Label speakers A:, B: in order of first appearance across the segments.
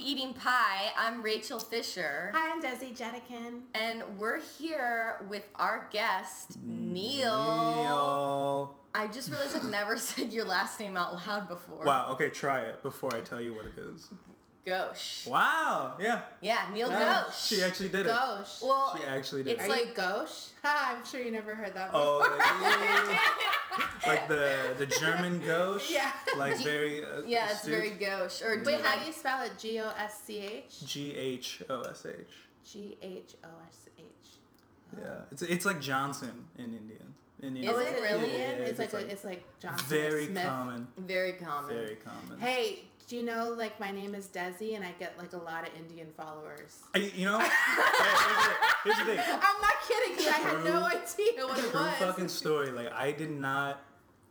A: Eating Pie. I'm Rachel Fisher.
B: Hi, I'm Desi Jetikin.
A: And we're here with our guest, Neil.
C: Neil.
A: I just realized I've never said your last name out loud before.
C: Wow. Okay, try it before I tell you what it is.
A: Ghosh.
C: Wow. Yeah.
A: Yeah, Neil
C: Yeah,
A: Ghosh.
C: She actually did it.
B: Gauche.
A: well,
C: She actually did
A: it's
B: Are
C: it.
A: like-
B: you gauche? Ha, I'm sure you never heard that one.
C: Oh. like the the German gauche.
B: Yeah.
C: Like very. Uh,
A: yeah, it's very gauche. Or
B: Wait, how
A: like-
B: do you spell it? G O S C H?
C: G H O S H.
B: G H O S H.
C: Yeah. It's it's like Johnson in Indian. In Indian.
B: Oh,
A: Is it really?
C: Yeah,
B: It's like,
C: like
B: it's like Johnson
C: very
B: Smith.
C: common.
A: very common.
C: Very common.
B: Hey, do you know like my name is Desi and I get like a lot of Indian followers?
C: I- You know. Hey, here's the thing. Here's the thing.
B: I'm not kidding. 'cause I had no
C: True-
B: idea what it
C: True
B: was.
C: fucking story. Like I did not,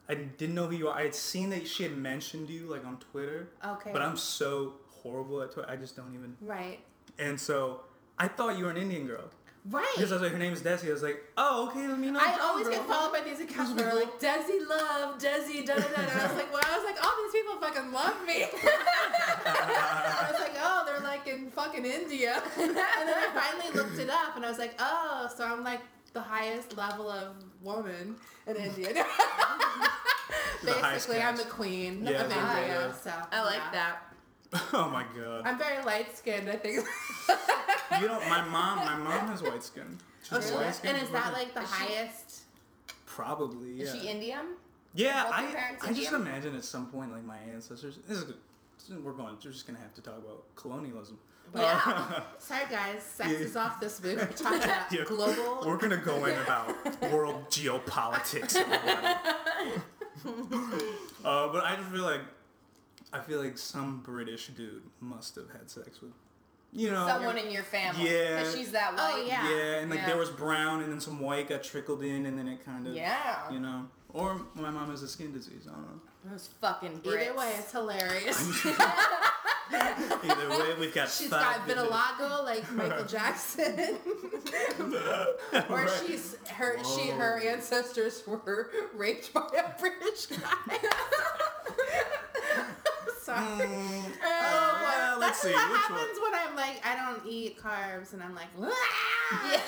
C: I didn't know who you are. I had seen that she had mentioned you like on Twitter.
B: Okay.
C: But I'm so horrible at Twitter. I just don't even.
B: right.
C: And so I thought you were an Indian girl because
B: Right.
C: I was like, her name is Desi. I was like, oh, okay, let me know.
B: I always get followed by these accounts that are like Desi love, Desi da da da. And I was like, well, I was like, all these people fucking love me. I was like, oh, they're like in fucking India. and then I finally looked it up, and I was like, oh, so I'm like the highest level of woman in India.
C: highest
B: Basically, I'm the
C: caste.
B: queen
C: Yeah,
B: of
C: yeah,
B: India.
C: yeah.
B: So
A: I like
B: yeah.
A: that.
C: oh my god.
B: I'm very light skinned. I think.
C: You don't. My mom. My mom has white skin. She's
A: she
C: white
A: does?
C: skin.
B: Oh, and is that like the
A: Is she-
B: highest?
C: probably? Yeah.
A: Is she Indian?
C: yeah.
A: both your
C: I.
A: parents
C: I just
A: Indian?
C: imagine at some point like my ancestors. This is. We're going. We're just gonna have to talk about colonialism.
A: Yeah.
B: Sorry guys, sex
C: Yeah.
B: is off this week. We're talking about
C: Yeah.
B: global.
C: We're gonna go in about world geopolitics. uh, but I just feel like I feel like some British dude must have had sex with, you know,
A: Someone in your family.
C: Yeah.
A: Because she's that
B: Oh,
A: white.
B: yeah.
C: yeah, and like
A: Yeah.
C: there was brown, and then some white got trickled in, and then it kind of,
A: Yeah.
C: you know, or my mom has a skin disease. I don't know.
A: Those fucking Brits.
B: Either way, it's hilarious.
C: Either way, we've got
B: She's
C: five
B: got
C: different-
B: vitiligo like Michael Jackson, or
C: Right.
B: she's her she her ancestors were raped by a British guy. Sorry.
C: Mm,
B: Oh,
C: yeah,
B: boy.
C: let's
B: That's
C: see,
B: what
C: which one?
B: happens when I'm like I don't eat carbs and I'm like.
A: Yeah.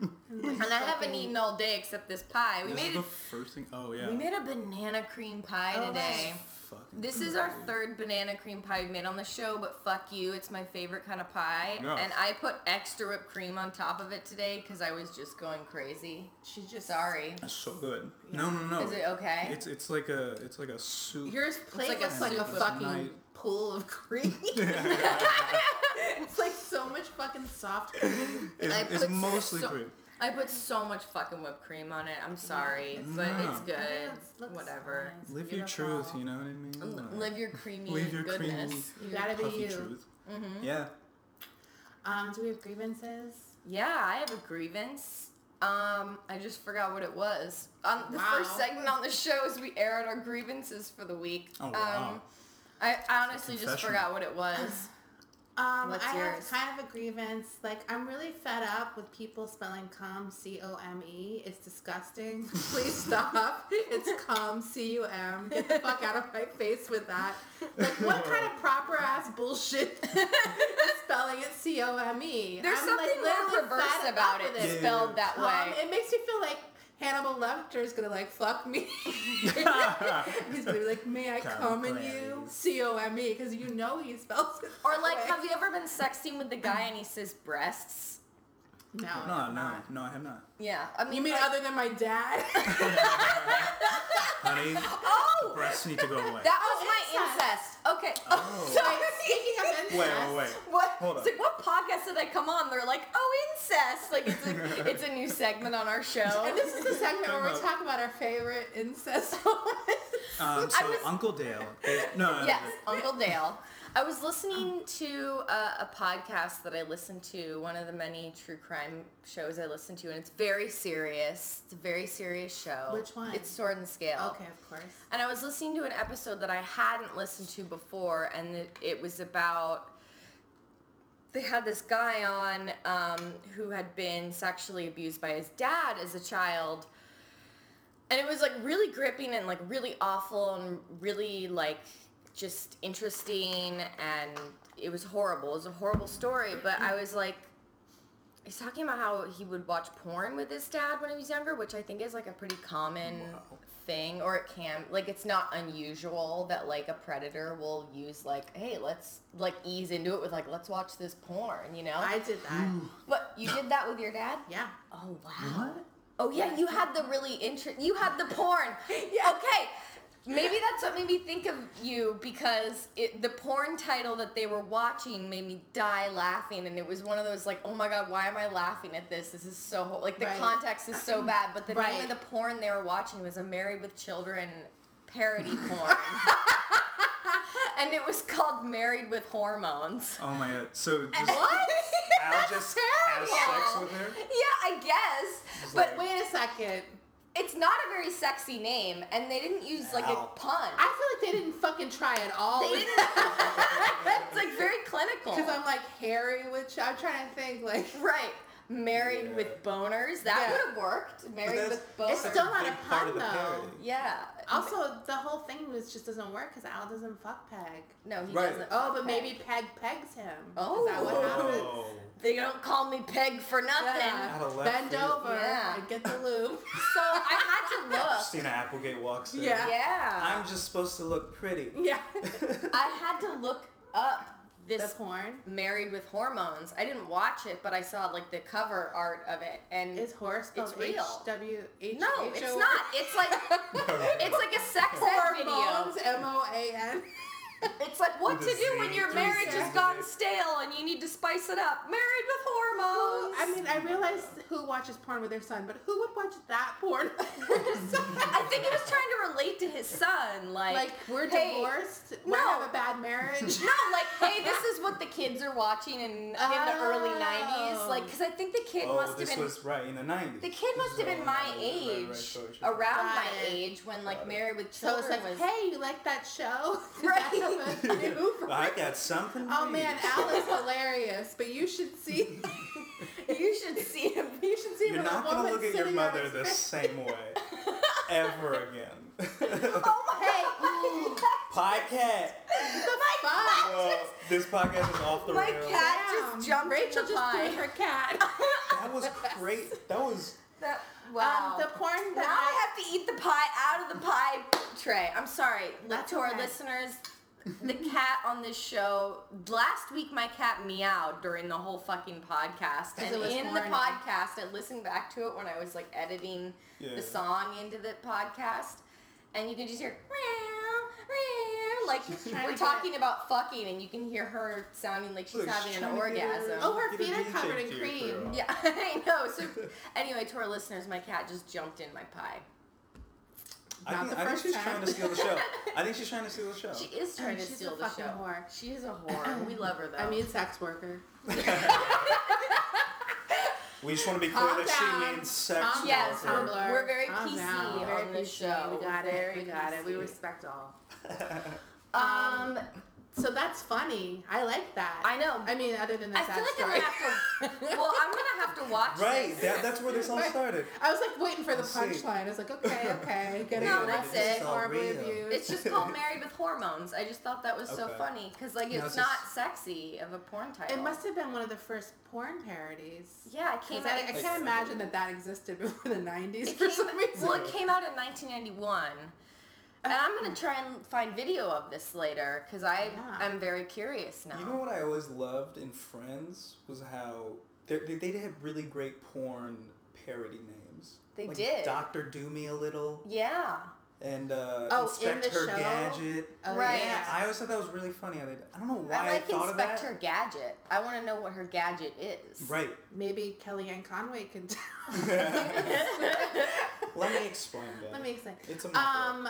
A: and I haven't eaten all day except this pie. We
C: this
A: made
C: is
A: a,
C: the first thing. Oh yeah.
A: we made a banana cream pie
B: Oh,
A: today.
C: Fucking
A: This is our
C: crazy.
A: third banana cream pie we've made on the show, but fuck you, it's my favorite kind of pie.
C: Yeah.
A: And I put extra whipped cream on top of it today because I was just going crazy.
B: She just
A: Sorry.
C: That's so good. No, no, no.
A: Is it okay?
C: It's it's like a it's like a soup.
B: Yours plate
A: like
B: like
A: a
B: looks like a
C: soup.
B: fucking
C: Night.
B: pool of cream. it's like so much fucking soft cream.
C: it's
A: I
C: it's
A: put
C: mostly
A: so-
C: cream.
A: I put so much fucking whipped cream on it. I'm sorry, but
C: No.
A: it's good.
B: Yes, looks
A: Whatever.
B: nice,
C: Live your
B: beautiful.
C: truth. You know what I mean. Like,
A: Live your creamy
C: live your
A: goodness.
B: You gotta be
C: creamy, puffy
B: you.
C: truth.
A: Mm-hmm.
C: Yeah.
B: Um, do we have grievances?
A: Yeah, I have a grievance. Um, I just forgot what it was. Um, the
B: Wow.
A: first segment on the show is we air out our grievances for the week.
C: Oh, wow.
A: Um, I, I honestly just
C: confessional.
A: forgot what it was.
B: Um,
A: What's
B: I
A: yours?
B: have kind of a grievance. Like, I'm really fed up with people spelling cum C O M E. It's disgusting. Please stop. it's cum C U M. Get the fuck out of my face with that. Like, what kind of proper ass bullshit is spelling it C O M E?
A: There's
B: I'm, like,
A: something more
B: literally
A: perverse
B: fed up
A: about it
B: with Um,
C: Yeah.
A: spelled that
B: Cum,
A: way.
B: it makes me feel like Hannibal Lecter is gonna like fuck me. he's gonna be like, "May I
C: Cum,
B: cum in you?"
C: please.
B: C O M E, because you know he spells it.
A: Or
B: that
A: like,
B: way.
A: have you ever been sexting with the
B: Mm.
A: guy and he says breasts?
B: No,
C: No,
B: I'm
C: no,
B: not.
C: no. I have not.
A: Yeah, I mean,
B: You mean
A: like-
B: other than my dad?
C: Honey,
A: oh,
C: breasts need to go away.
A: that was
B: Oh,
A: my incest.
B: incest.
A: Okay. Oh,
C: Oh.
A: sorry.
B: Like, Speaking of incest,
C: wait, wait, wait.
A: What?
C: Hold
A: it's
C: on.
A: like what podcast did I come on? They're like, oh, incest. Like it's a, it's a new segment on our show.
B: And this is the segment where we
C: Time out.
B: talk about our favorite incest moments.
C: Um, so
A: was-
C: Uncle Dale. Is, no, no, no,
A: Yes,
C: no.
A: Uncle Dale. I was
B: Um.
A: listening to uh, a, a podcast that I listen to, one of the many true crime shows I listen to, and it's very serious. It's a very serious show.
B: Which one?
A: It's Sword and Scale.
B: Okay, of course.
A: And I was listening to an episode that I hadn't listened to before, and it, it was about they had this guy on um, who had been sexually abused by his dad as a child. And it was like really gripping and like really awful and really like just interesting and it was horrible. It was a horrible story, but I was like, he's talking about how he would watch porn with his dad when he was younger, which I think is like a pretty common thing, or it can like it's not unusual that like a predator will use like, hey, let's like ease into it with like, let's watch this porn, you know?
B: I did that.
A: but you did that with your dad?
B: Yeah.
A: Oh wow.
C: What?
A: Oh yeah, you had the really interest. You had the porn.
B: Yeah.
A: Okay. Maybe that's what made me think of you because it, the porn title that they were watching made me die laughing, and it was one of those like, oh my god, why am I laughing at this? This is so ho-. like the
B: Right.
A: context is so bad. But the name
B: Right.
A: of the porn they were watching was a Married with Children parody porn, and it was called Married with Hormones.
C: Oh my god. So just,
A: What?
C: Al just has sex with her?
A: Yeah, I guess. But
C: like-
B: Wait a second.
A: It's not a very sexy name, and they didn't use like
C: Ow.
A: a pun.
B: I feel like they didn't fucking try at all.
A: They didn't- it's like very clinical.
B: Because I'm like Harry, which I'm trying to think like.
A: right. Married
C: Yeah.
A: with boners. That
B: Yeah.
A: would have worked. Married
C: that's-
A: with
C: that's
A: boners.
B: It's still
C: a
B: not
C: big
B: a
C: part
B: pun,
C: of the
B: though.
C: parody.
A: yeah.
B: Also, the whole thing was just doesn't work because Al doesn't fuck Peg.
A: no, he
C: Right.
A: doesn't.
B: Oh, but
A: Okay.
B: maybe Peg pegs him.
A: Oh.
B: is that what happens?
C: Whoa.
A: they don't call me Peg for nothing.
B: Yeah.
C: Out of left
B: Bend
C: field.
B: over
A: Yeah.
B: and get the lube.
A: So I had to look.
C: Christina Applegate walks in.
B: Yeah.
A: yeah.
C: I'm just supposed to look pretty.
B: yeah.
A: I had to look up
B: The
A: this
B: porn
A: Married with Hormones. I didn't watch it, but I saw like the cover art of it, and
B: is horse spelled
A: It's real.
B: H W H
A: no,
B: H
A: it's
B: O R-
A: not. It's like It's like a sex ed video.
B: Hormones, M O A N.
A: It's like what to
C: With a
A: do when
C: Z,
A: your
C: two
A: marriage
B: Z's
A: has
B: in
A: gone
C: it.
A: stale and you need to spice it up. Married with hormones.
B: I mean, I realize who watches porn with their son, but who would watch that porn? with their son?
A: I think he was trying to relate to his son, like,
B: like we're
A: hey,
B: divorced.
A: no.
B: We have a bad marriage.
A: No, like, hey, this is what the kids are watching in, in the early '90s, like, because I think the kid
C: oh,
A: must have
C: this
A: been
C: was right in the 90s.
A: the kid
C: This
A: must have
C: is
A: been
C: all
A: my
C: right, right,
A: age,
C: right, so it's just-
A: around
B: Got
A: my
B: it.
A: age, when like
C: Got it.
A: Married with
B: So
A: Children
B: it's
A: was.
B: like, hey, you like that show?
A: Right.
B: That's a new version.
C: I got something.
B: Oh man,
C: Al.
B: Al is hilarious, but you should see.
A: you should see him.
B: You should see
C: You're
B: when
C: not
B: a
C: gonna
B: woman's
C: look at your
B: sitting on
C: mother
B: his
C: the
B: face.
C: same way ever again.
A: Oh my god!
C: Pie cat.
A: my
B: fuck?
A: cat
C: Well,
A: just-
C: this podcast is off the
A: my
C: rails.
A: cat
B: Damn,
A: just jumped
B: Rachel
A: in the
B: just
A: pie.
B: threw her cat.
C: That was great. That was.
A: That, wow.
B: Um, the porn
A: now I
B: that
A: have to eat the pie out of the pie tray. I'm sorry, li-
B: That's
A: to our
B: okay.
A: listeners. The cat on this show last week, my cat meowed during the whole fucking podcast,
B: Because
A: and
B: it was
A: in the
B: horny.
A: podcast, I listened back to it when I was like editing
C: Yeah.
A: the song into the podcast, and you can just hear meow, meow, like
B: trying
A: we're
B: to get it.
A: talking about fucking, and you can hear her sounding like she's
C: Look, she's
A: having an
C: trying to get her-
A: orgasm.
B: Oh, her
C: Get a
B: feet are
C: DJ
B: covered in
C: to your
B: cream.
C: career.
A: Yeah, I know. So anyway, to our listeners, my cat just jumped in my pie.
C: I
B: Not
C: think,
B: the
C: I think
B: first
C: she's
B: time.
C: trying to steal the show. I think she's trying to steal the show.
A: She is trying to
B: Oh, She's a
A: steal the
B: fucking
A: show.
B: whore.
A: She is a whore. We love her though.
B: I, I mean, sex worker.
C: we just want to be clear
B: Calm
C: that she
B: down.
C: means sex.
B: Calm
A: yes,
B: down,
A: we're,
C: worker.
B: Tumblr.
A: we're very
B: Calm
A: PC
B: down. Very
A: on this
B: PC.
A: show.
B: We got
A: We're
B: it. We
A: very
B: got it. We
A: PC.
B: respect all.
A: Um,
B: So that's funny. I like that.
A: I know.
B: I mean, other than the
A: I
B: sad
A: feel like I'm
B: story.
A: gonna have to. Well, I'm gonna have to watch.
C: right.
A: This.
C: That, that's where this all
B: Right.
C: started.
B: I was like waiting for the
C: Let's see.
B: punchline. I was like, okay, okay, get
A: No,
B: it.
A: that's
B: This is
A: it.
B: Horribly
C: Real.
B: abused.
A: It's just called Married with Hormones. I just thought that was so
C: Okay.
A: funny because like
C: No,
A: it's
C: it's
A: not
C: just-
A: sexy of a porn title.
B: It must have been one of the first porn parodies.
A: Yeah, it came
B: 'Cause
A: out.
B: I, I can't imagine that that existed before the 90s
A: It
B: for
A: came-
B: some reason.
A: Well, it came out in 1991. And I'm gonna try and find video of this later because I
B: Yeah.
A: I'm very curious now.
C: You know what I always loved in Friends was how they they they had really great porn parody names.
A: They did.
C: Doctor Do Me a Little
A: yeah,
C: and uh,
B: Oh, in
C: Inspector
B: the show?
C: Gadget.
B: Oh,
A: Right.
C: Yeah,
B: yeah.
C: I always thought that was really funny. I, did- I don't know why I,
A: I like
C: thought
A: Inspector
C: of
A: Gadget. I want to know what her gadget is.
C: that. Right.
B: Maybe Kellyanne Conway can tell.
C: Let me explain that.
B: Let me explain.
C: It's a method.
B: Um,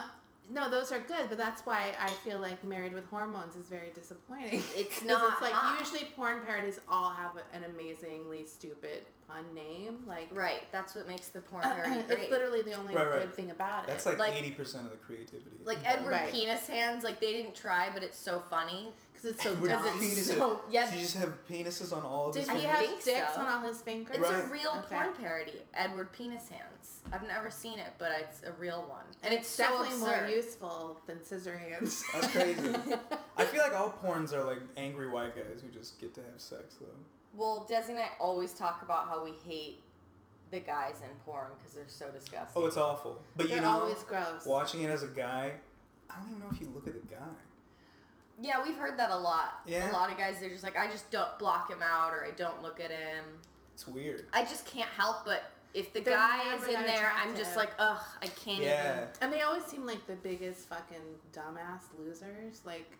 B: no, those are good, but that's why I feel like Married with Hormones is very disappointing.
A: It's
B: 'Cause
A: not
B: It's like
A: hot.
B: usually porn parodies all have an amazingly stupid fun name. Like,
A: Right, that's what makes the porn very
B: it's
A: great.
B: literally the only
C: Right, right.
B: good thing about
C: That's
B: it.
C: like
A: Like-
C: eighty percent of the creativity.
A: Like Edward
B: Right.
A: Penis Hands, like they didn't try, but it's so funny.
B: Because it's so
C: Edward
B: dumb.
C: Penis-
A: so- yeah.
C: Did you just have penises on all of
B: Did
C: his
B: he
A: I
B: have
C: fingers?
A: think
B: dicks
A: so.
B: on all his fingers?
A: It's a
C: Right.
A: real
B: Okay.
A: porn parody, Edward Penis Hands. I've never seen it, but it's a real one, and it's so
B: definitely
A: absurd.
B: more useful than scissor hands.
C: That's crazy. I feel like all porns are like angry white guys who just get to have sex though.
A: well, Desi and I always talk about how we hate the guys in porn because they're so disgusting.
C: Oh, it's awful. But
B: They're
C: you know,
B: always gross.
C: watching it as a guy, I don't even know if you look at the guy.
A: Yeah, we've heard that a lot.
C: Yeah.
A: A lot of guys, they're just like, I just don't block him out, or I don't look at him.
C: It's weird.
A: I just can't help but if the
B: They're
A: guy
B: never
A: is in
B: that
A: there, I'm just
B: attractive.
A: like, ugh, I can't
C: Yeah.
A: even.
B: And they always seem like the biggest fucking dumbass losers. Like,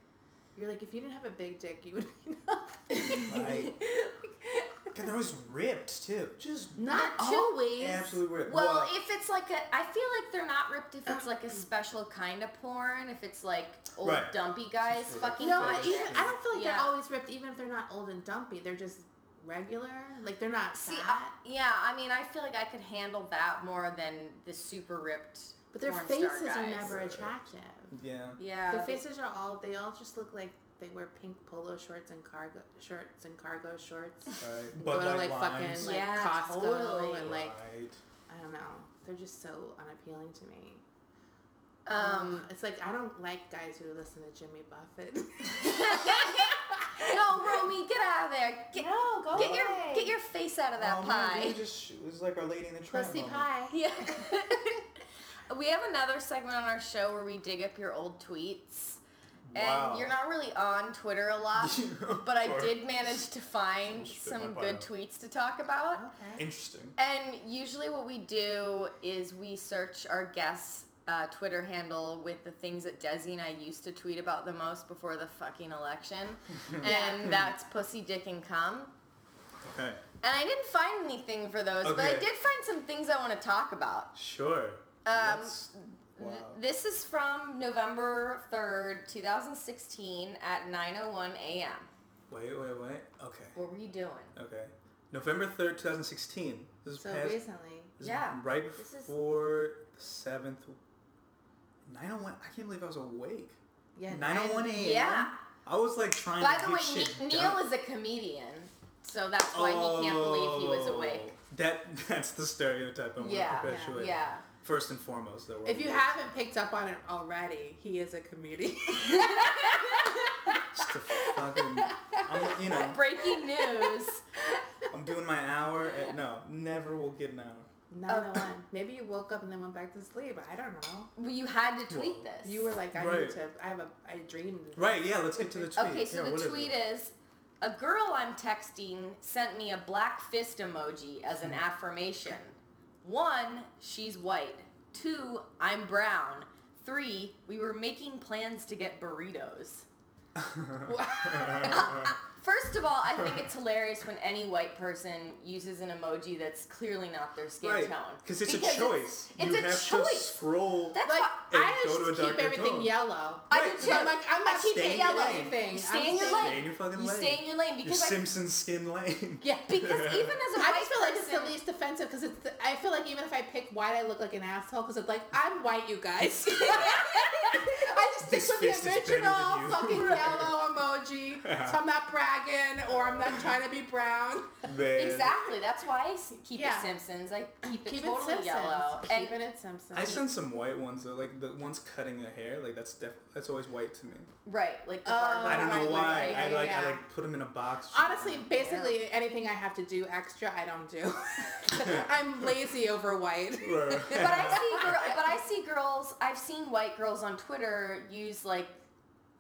B: you're like, if you didn't have a big dick, you would be nothing.
C: Right. God, they're always ripped too. Just
B: Not
A: Not
B: always.
C: absolutely ripped.
A: Well, if it's like a, I feel like they're not ripped if it's like a special kind of porn. If it's like old
C: Right.
A: dumpy guys
C: Sure.
A: fucking.
B: No, I,
A: bitches.
B: even, I don't feel like
A: Yeah.
B: they're always ripped, even if they're not old and dumpy. They're just regular. Like, they're not
A: See, I,
B: fat.
A: yeah, I mean, I feel like I could handle that more than the super ripped.
B: But their
A: porn star
B: faces are
A: guys.
B: never
C: Right.
B: attractive.
C: yeah.
A: Yeah.
B: Their
A: they-
B: faces are all, they all just look like they wear pink polo shorts and cargo shorts and cargo shorts. Go
C: Right. Bud
B: to like
C: Light lines.
B: fucking like
A: Yeah,
B: Costco
A: totally.
B: and like
C: Right.
B: I don't know. They're just so unappealing to me.
A: Um.
B: it's like I don't like guys who listen to Jimmy Buffett.
A: no, Romy, get out of there. Get,
B: no, go
A: get your get your face out of that
C: oh,
A: pie.
C: Man, we just, it was like Our Lady in the Tramp.
B: pussy
C: moment.
B: pie.
A: Yeah. we have another segment on our show where we dig up your old tweets.
C: Wow.
A: And you're not really on Twitter a lot, but I
C: Sorry.
A: did manage to find
C: Just spit my
A: some
C: bio.
A: good tweets to talk about.
B: Okay.
C: Interesting.
A: And usually what we do is we search our guests' uh, Twitter handle with the things that Desi and I used to tweet about the most before the fucking election. and that's pussy, dick, and cum.
C: Okay.
A: And I didn't find anything for those, but I
C: Okay.
A: did find some things I want to talk about.
C: Sure.
B: Um,
C: That's- wow.
A: Th- This is from November 3rd, 2016 at 9:01 a.m.
C: Wait, wait, wait. Okay.
A: What were you doing?
C: Okay. November 3rd, 2016. This is
B: So
C: past, this
B: recently,
C: is
A: yeah,
C: right
A: this is-
C: before the 7th. 901. I can't believe I was awake.
B: yeah,
C: 901
B: nine-
C: a.m.
A: Yeah.
C: I was like trying
A: By
C: to
A: the
C: get
A: way,
C: shit
A: Ne- Neil
C: done.
A: is a comedian, so that's why he can't believe he was awake.
C: Oh. That that's the stereotype I want
A: Yeah,
C: to perpetuate.
A: Yeah.
C: First and foremost, though.
B: If you haven't picked up on it already, he is a comedian.
C: just a fucking, I'm, you know,
A: Breaking news.
C: I'm doing my hour. At, no, never will get an hour.
B: Nine oh one. Maybe you woke up and then went back to sleep. I don't know.
A: Well, you had to tweet
C: Whoa.
A: this.
B: You were like, I
C: Right.
B: need to. I have a. I dreamed.
C: Right? Yeah. Let's get to the tweet.
A: Okay, so
C: yeah,
A: the tweet is a girl I'm texting sent me a black fist emoji as an affirmation. One, she's white. Two, I'm brown. Three, we were making plans to get burritos. First of all, I think it's hilarious when any white person uses an emoji that's clearly not their skin
C: Right,
A: tone.
C: because it's a
A: Because
C: choice.
A: It's,
C: you
A: a
C: have to
A: choice.
C: scroll.
A: That's
B: Like
A: why-
C: And
B: I
C: go to a
B: just keep
C: doctor at
B: everything
C: home.
B: yellow.
A: I
C: Right,
A: do
B: So
A: too.
B: I'm like, I'm
A: I
B: not
A: keep
B: keeping
A: it
B: yellow.
A: yellow.
B: anything.
A: You
B: I'm
A: stay in your
B: staying-
A: lane.
C: Stay in your fucking
A: you
C: lane.
A: stay in your lane
C: Your
A: because I,
C: Simpsons skin lane.
A: yeah, because even as a
B: I
A: white
B: just feel like it's
A: person,
B: the least offensive because it's. The, I feel like even if I pick white, I look like an asshole because it's like I'm white, you guys. I just
C: This
B: stick with
C: fist is
B: the
C: better than
B: original
C: you.
B: fucking yellow emoji, so I'm not bragging or I'm not trying to be brown.
C: Man.
A: Exactly. That's why I s- keep
B: Yeah.
A: it Simpsons. I keep it
B: Keep it
A: totally
B: Simpsons.
A: yellow.
B: Keep
A: And
B: it at Simpsons.
C: I send some white ones though, like the ones cutting their hair. Like that's def- that's always white to me.
A: right, like the
B: Oh,
A: barber.
C: I don't know
B: Right,
C: why.
B: right, right,
C: I like
B: yeah.
C: I like put them in a box.
B: Honestly, basically anything I have to do extra, I don't do. I'm lazy over white.
A: But I see, girl, but I see girls. I've seen white girls on Twitter use like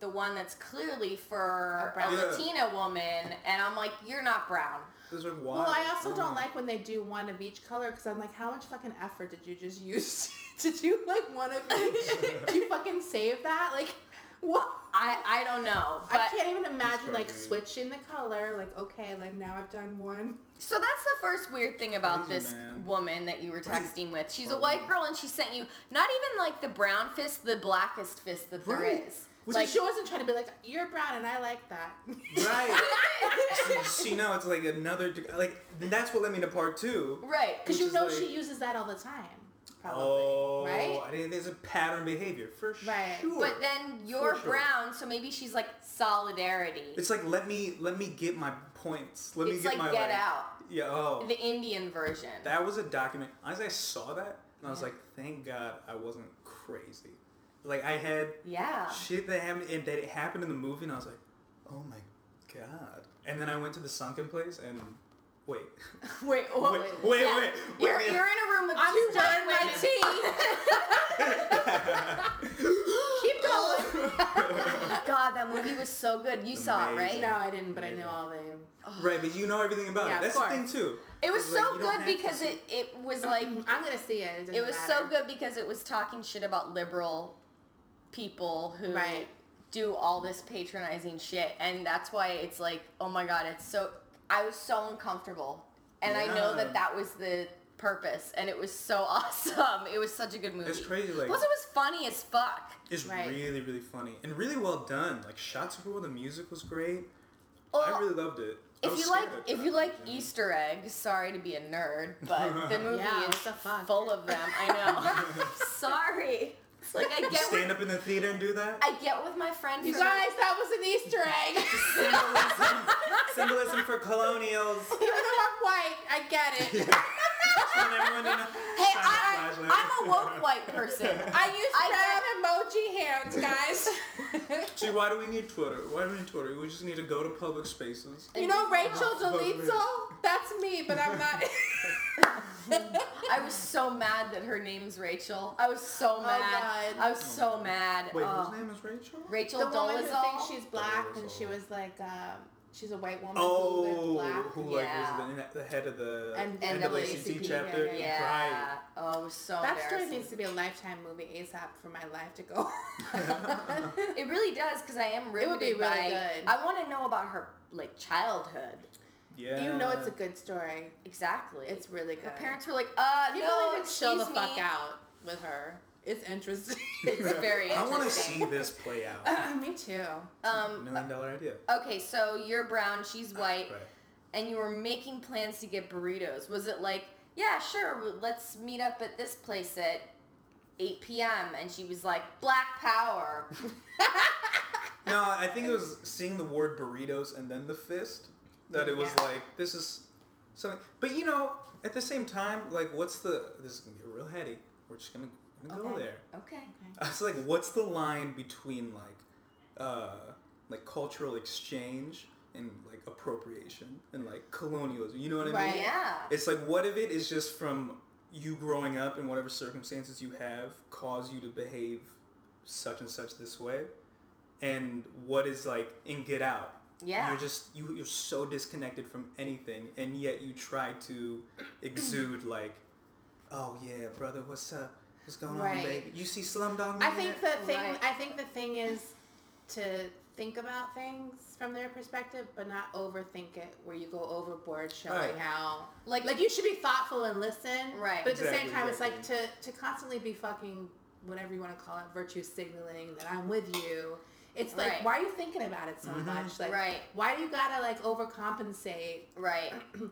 A: the one that's clearly for
B: A
A: a
B: brown-
C: Yeah.
A: Latina woman, and I'm like, you're not brown.
C: Those are wild.
B: Well, I also
C: um,
B: don't like when they do one of each color because I'm like, how much fucking effort did you just use? did you like one of each? did you fucking save that? Like, what?
A: I I don't know. But
B: I can't even imagine like
C: probably-
B: switching the color. Like, okay, like now I've done one.
A: So that's the first weird thing about
C: Crazy,
A: this
C: man.
A: woman that you were texting with. She's a
C: Right.
A: white girl and she sent you not even like the brown fist, the blackest fist that there
C: Right.
A: is.
B: Which
A: Like-
B: she wasn't trying to be like, you're brown and I like that.
C: Right. see, see, now it's like another deg- like that's what led me to part two.
A: Right.
B: Because
C: Which
B: you
C: is
B: know
C: like-
B: she uses that all the time. Probably.
C: Oh,
B: right?
C: I didn't, there's a pattern behavior for
B: Right.
C: sure.
A: But then you're
C: For sure.
A: brown, so maybe she's like solidarity.
C: it's like let me let me get my points. Let me
A: It's like
C: get my
A: Get
C: like-
A: Out,
C: Yeah. Oh,
A: the Indian version.
C: that was a document. As I saw that, and I was like, thank God I wasn't crazy. Like I had
A: yeah.
C: shit that happened and that it happened in the movie, and I was like, oh my god. And then I went to the sunken place and wait,
B: Wait, oh,
C: wait, wait,
A: Yeah.
C: wait, wait.
A: You're, you're in a room with
B: I'm
A: two
B: done
A: white
B: with
A: women. Keep going. God, that movie was so good. You saw it,
C: Amazing.
A: right?
B: No, I didn't, but I knew
C: Yeah.
B: all the.
C: Right, but you know everything about
B: Yeah,
C: it.
B: of
C: That's the
B: course.
C: thing too.
A: It was
C: It's like,
A: so
C: you don't
A: good
C: have to
A: because
C: see-
A: it, it was like
B: Um, I'm gonna see it. doesn't
A: it was so
B: matter.
A: good because it was talking shit about liberal people who
B: Right.
A: do all this patronizing shit and that's why it's like oh my god it's so i was so uncomfortable and i know
C: Yeah.
A: that that was the purpose and it was so awesome it was such a good movie
C: It's crazy, like-
A: plus it was funny as fuck
C: It's
B: Right.
C: really, really funny and really well done. Like shots of well, the music was great. I
A: Well,
C: really loved it. I
A: if
C: was
A: you
C: scared
A: like
C: at
A: if
C: times,
A: you like
C: I mean.
A: easter eggs sorry to be a nerd but the movie is
B: Yeah, what the fuck?
A: full of them i know sorry it's like i
C: You
A: get
C: stand
A: with,
C: up in the theater and do that.
A: i get with my friend
B: You
A: for-
B: guys, that was an Easter egg.
C: Symbolism, symbolism for colonials.
B: Even though I'm white, I get it.
C: Just want everyone to know.
A: Hey,
C: Shine
A: I,
C: flashlight.
A: I'm a woke white person.
B: I
A: I,
B: use brown emoji hands, guys.
C: See, why do we need Twitter? Why do we need Twitter? We just need to go to public spaces.
B: You know, Rachel
C: Oh,
B: deletes
C: man.
B: all. That's me, but I'm not.
A: I was so mad that her name's Rachel. I was so mad.
B: Oh, God.
A: I was so mad.
C: Wait,
A: Oh.
C: whose name is Rachel?
A: Rachel
B: the woman who
A: Dolezal.
B: thinks she's black and she
C: Dolezal.
B: was like, um, she's a white woman who
C: Oh,
B: lived
C: who
B: black.
C: like
A: Yeah.
C: was the, the head of the
B: And-
C: NAACP
B: NAACP,
C: chapter?
B: yeah,
A: yeah.
C: Right.
A: Oh, it was so
B: That story
A: embarrassing.
B: needs to be a lifetime movie ASAP for my life to go.
A: It really does because I am riveted
B: would be really
A: by.
B: good.
A: I want to know about her like childhood.
C: Yeah.
B: You know, it's a good story.
A: Exactly.
B: It's really good.
A: her parents were like, uh,
B: People
A: no,
B: even chill the
A: excuse
B: fuck
A: me.
B: out with her. It's interesting.
A: It's very
C: I want to
A: interesting.
C: see this play out.
B: me too.
A: Um,
C: Million dollar idea.
A: okay, so you're brown, she's white.
C: Ah, Right.
A: and you were making plans to get burritos, was it like, yeah, sure, w- let's meet up at this place at 8 p.m.? And she was like, Black Power.
C: No, I think it was seeing the word burritos and then the fist that it was
B: Yeah.
C: like this is something. But you know, at the same time, like what's the this is gonna get real heady. We're just gonna, gonna go
A: Okay.
C: there.
A: okay.
C: I was like, what's the line between like, uh, like cultural exchange and like appropriation and like colonialism? You know what I mean?
B: Right.
A: Yeah.
C: It's like what if it is just from you growing up in whatever circumstances you have cause you to behave such and such this way, and what is like in Get Out?
A: Yeah.
C: You're just you you're so disconnected from anything, and yet you try to exude like, oh yeah, brother, what's up? What's going on,
B: Right.
C: baby? You see Slumdog
B: I
C: Millionaire?
B: think the thing.
A: Right.
B: I think the thing is to think about things from their perspective, but not overthink it. Where you go overboard, showing
C: Right.
B: how
A: Like-
B: like like you should be thoughtful and listen.
A: Right.
B: But at the
C: Exactly,
B: same time, it's like
C: exactly.
B: to to constantly be fucking whatever you want to call it, virtue signaling that I'm with you. It's like
A: Right.
B: why are you thinking about it so
C: Mm-hmm.
B: much? Like
A: Right.
B: why do you gotta like overcompensate?
A: Right.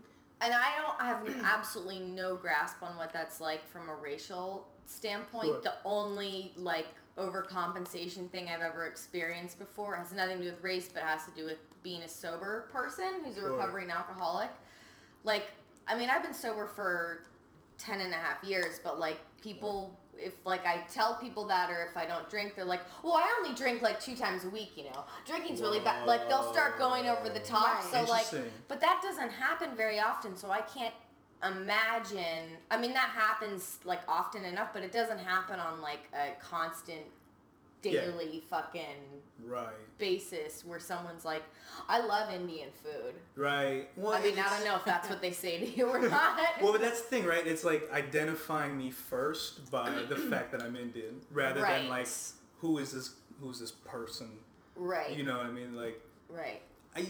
A: And I don't I have absolutely no grasp on what that's like from a racial standpoint.
C: Sure.
A: The only like overcompensation thing I've ever experienced before has nothing to do with race, but has to do with being a sober person who's a
C: Sure.
A: recovering alcoholic. Like, I mean, I've been sober for 10 and a half years, but like people, if like I tell people that or if I don't drink, they're like, well, I only drink like two times a week, you know. Drinking's really bad. Like they'll start going over the top.
B: Right.
A: So like,
C: Interesting.
A: but that doesn't happen very often, so I can't imagine. I mean, that happens like often enough, but it doesn't happen on like a constant
C: Yeah.
A: daily fucking
C: right,
A: basis where someone's like, "I love Indian food."
C: right. Well,
A: I mean, I
C: it's-
A: don't know if that's what they say to you or not.
C: Well, but that's the thing, right? It's like identifying me first by the fact that I'm Indian, rather
A: Right.
C: than like who is this who's this person?
A: right.
C: You know what I mean? Like
A: Right.
C: I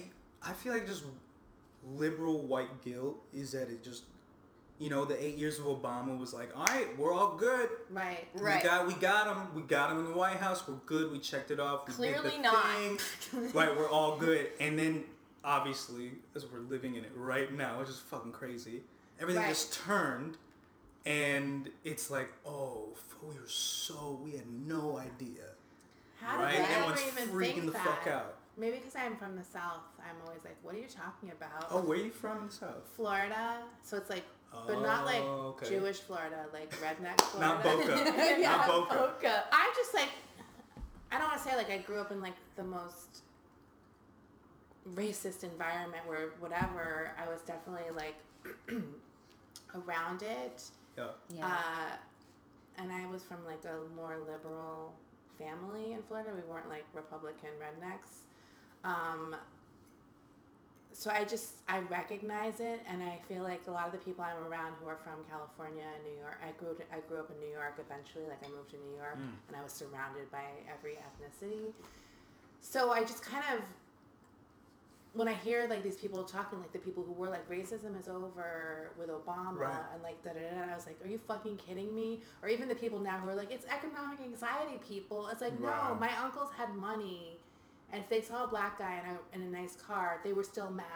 C: I feel like just liberal white guilt is that it just you know, the eight years of Obama was like, all right, we're all good.
B: Right.
A: Right.
C: We got we got him. We got him in the White House. We're good. We checked it off. We did
A: Clearly
C: the
A: not.
C: Thing. right. We're all good. And then obviously, as we're living in it right now, which is fucking crazy, everything
B: Right.
C: just turned, and it's like, oh, f- we were so we had no idea.
B: How did
C: right.
B: I
C: Everyone's
B: ever even
C: freaking
B: think
C: the
B: that?
C: fuck out.
B: Maybe because I'm from the south, I'm always like, "What are you talking about?"
C: Oh, where are you from? in the South.
B: Florida. So it's like, but not like
C: Oh, okay.
B: Jewish Florida, like redneck Florida.
C: Not Boca.
B: yeah.
C: Not Boca.
B: I just like, I don't want to say like I grew up in like the most racist environment where whatever I was definitely like around it.
C: Yeah.
A: Yeah.
B: Uh, and I was from like a more liberal family in Florida. We weren't like Republican rednecks. Um, so I just I recognize it, and I feel like a lot of the people I'm around who are from California and New York. I grew I grew up in New York. Eventually, like I moved to New York, and I was surrounded by every ethnicity. So I just kind of when I hear like these people talking, like the people who were like racism is over with Obama
C: Right.
B: and like da da da, I was like, are you fucking kidding me? Or even the people now who are like, it's economic anxiety, people. It's like, no,
C: Right.
B: my uncles had money, and if they saw a black guy in a, in a nice car, they were still mad.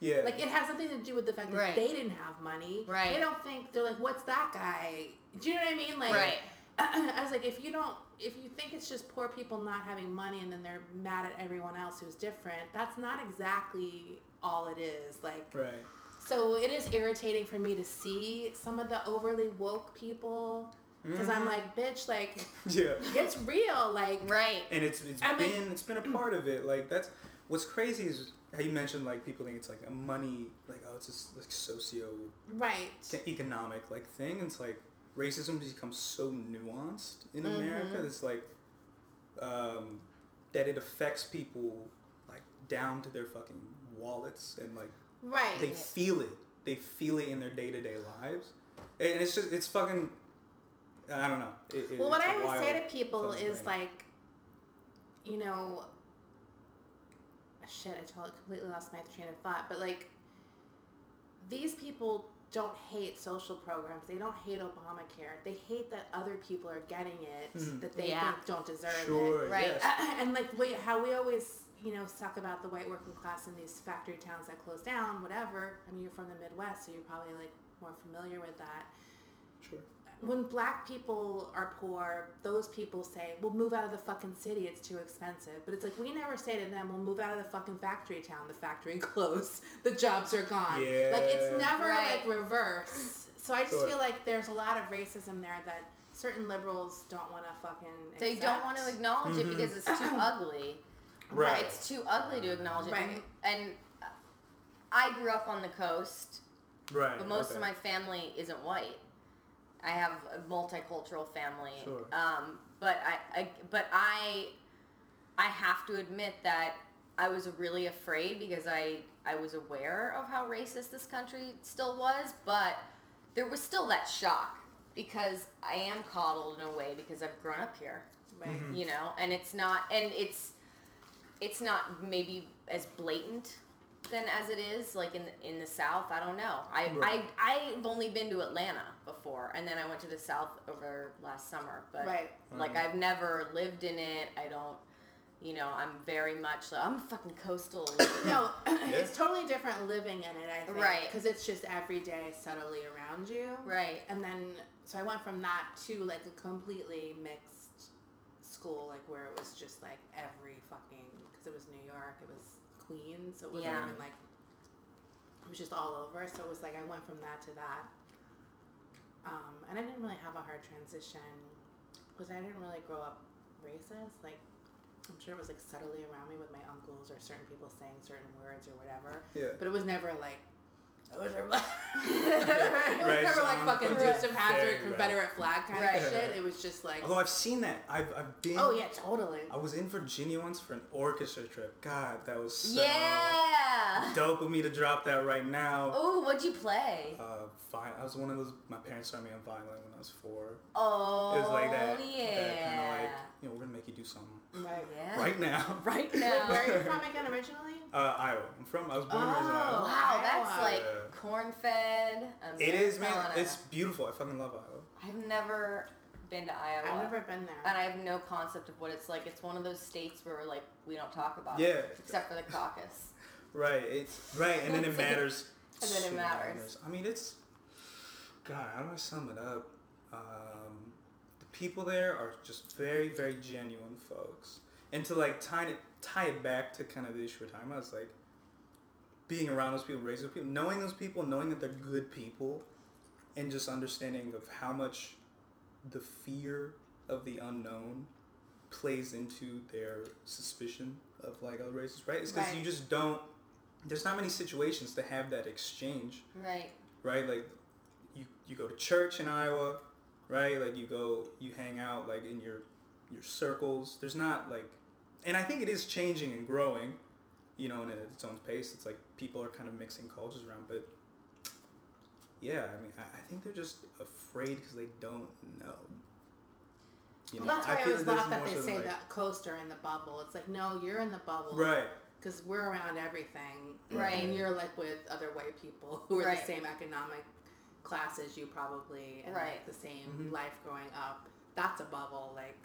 C: Yeah.
B: Like it has something to do with the fact that
A: Right.
B: they didn't have money.
A: Right.
B: They don't think they're like, what's that guy? Do you know what I mean? Like,
A: Uh, Right.
B: I was like, if you don't, if you think it's just poor people not having money and then they're mad at everyone else who's different, that's not exactly all it is. Like,
C: Right.
B: so it is irritating for me to see some of the overly woke people because I'm like, bitch, like
C: Mm-hmm. Yeah.
B: it's real. Like,
A: right.
C: and it's it's
B: I mean-
C: been it's been a part of it. Like that's what's crazy is how you mentioned like people think it's like a money like oh it's just like socio
B: right,
C: economic like thing. It's like racism becomes so nuanced in America. It's like um, that it affects people like down to their fucking wallets and like
B: right.
C: they feel it. They feel it in their day to day lives, and it's just it's fucking. I don't know. It, it-
B: Well, what
C: it's a
B: I always say
C: wild
B: to people
C: fucking
B: is
C: thing.
B: like, you know, shit, I totally completely lost my train of thought, but like, these people don't hate social programs. They don't hate Obamacare. They hate that other people are getting it
C: Mhm.
B: that they
A: Yeah.
B: think don't deserve it
C: sure,
A: Right.
C: yes.
B: and like wait, how we always you know talk about the white working class in these factory towns that close down, whatever. I mean, you're from the Midwest, so you're probably like more familiar with that.
C: Sure.
B: When black people are poor, those people say, "We'll move out of the fucking city; it's too expensive." But it's like we never say to them, "We'll move out of the fucking factory town. The factory closed. The jobs are gone." Like
C: Yeah.
B: it's never
A: Right.
B: like reverse. So I just
C: Sure.
B: feel like there's a lot of racism there that certain liberals don't want to fucking.
A: They don't want to
B: accept.
A: acknowledge it because
C: Mm-hmm.
A: it's too ugly.
C: Right.
A: It's too ugly to acknowledge it.
B: Right.
A: And uh, I grew up on the coast,
C: Right.
A: but most
C: Oh, okay.
A: of my family isn't white. I have a multicultural family.
C: Sure.
A: Um, but I, I but I I have to admit that I was really afraid because I I was aware of how racist this country still was, but there was still that shock because I am coddled in a way because I've grown up here
B: Right.
C: Mm-hmm.
A: you know and it's not and it's it's not maybe as blatant than as it is like in in the south i don't know i
C: Right.
A: i i've only been to atlanta before and then i went to the south over last summer but
B: Right.
A: like i've never lived in it i don't you know i'm very much like i'm fucking coastal
B: No, it's totally different living in it, I think.
A: Right.
B: Because it's just every day subtly around you.
A: right
B: And then, so I went from that to like a completely mixed school, like where it was just like every fucking, because it was New York, it was Queens, so it wasn't
A: Yeah.
B: even like, it was just all over. So it was like I went from that to that. Um, and I didn't really have a hard transition because I didn't really grow up racist. Like, I'm sure it was like subtly around me with my uncles or certain people saying certain words or whatever.
C: Yeah.
B: But it was never like. It was never like, it was never like
C: Right,
B: fucking
C: someone
B: Dukes
C: did
B: of Hazzard,
C: very well.
B: Confederate flag kind
A: Right.
B: of shit. It was just like,
C: Although I've seen that, I've, I've been.
B: oh yeah, totally.
C: I was in Virginia once for an orchestra trip. God, that was so
A: yeah
C: dope of me to drop that right now.
A: oh what'd you play
C: Uh, vi- I was one of those. My parents started me on violin when I was four.
A: oh
C: It was like that. That kind
A: yeah
C: of like, you know, we're gonna make you do something
B: Right.
A: Oh, yeah
C: right now.
A: right
B: Like,
A: now
B: where are you from again originally?
C: Uh, Iowa. I'm from. I was born and raised in Iowa.
A: Wow, that's
B: Iowa.
A: like
C: Yeah.
A: corn fed. I'm
C: It is, man.
A: telling ya.
C: It's beautiful. I fucking love Iowa.
A: I've never been to Iowa.
B: I've never been there.
A: and I have no concept of what it's like. It's one of those states where like we don't talk about it,
C: Yeah.
A: except for the caucus.
C: Right. It's right, and then it matters.
A: And then it
C: so
A: matters.
C: I mean, it's God. How do I sum it up? Um, the people there are just very, very genuine folks. And to like tie it tie it back to kind of the issue we're talking about, it's like being around those people, raising those people, knowing those people, knowing that they're good people, and just understanding of how much the fear of the unknown plays into their suspicion of like other races, right? It's because
B: Right.
C: you just don't. There's not many situations to have that exchange,
A: Right.
C: right? Like you you go to church in Iowa, right? Like you go you hang out like in your your circles. There's not like, and I think it is changing and growing, you know, and at its own pace. It's like people are kind of mixing cultures around, but yeah, I mean, I, I think they're just afraid because they don't know. You
B: Well, that's why I,
C: feel
B: always
C: that
B: laugh
C: there's
B: that
C: more
B: they
C: so
B: say
C: like-
B: that coaster in the bubble. It's like, no, you're in the bubble.
C: Right.
B: Because we're around everything.
A: Right.
B: And you're like with other white people who are
A: Right.
B: the same economic class as you probably. And
A: Right.
B: Like the same
C: Mhm.
B: life growing up. That's a bubble. Like,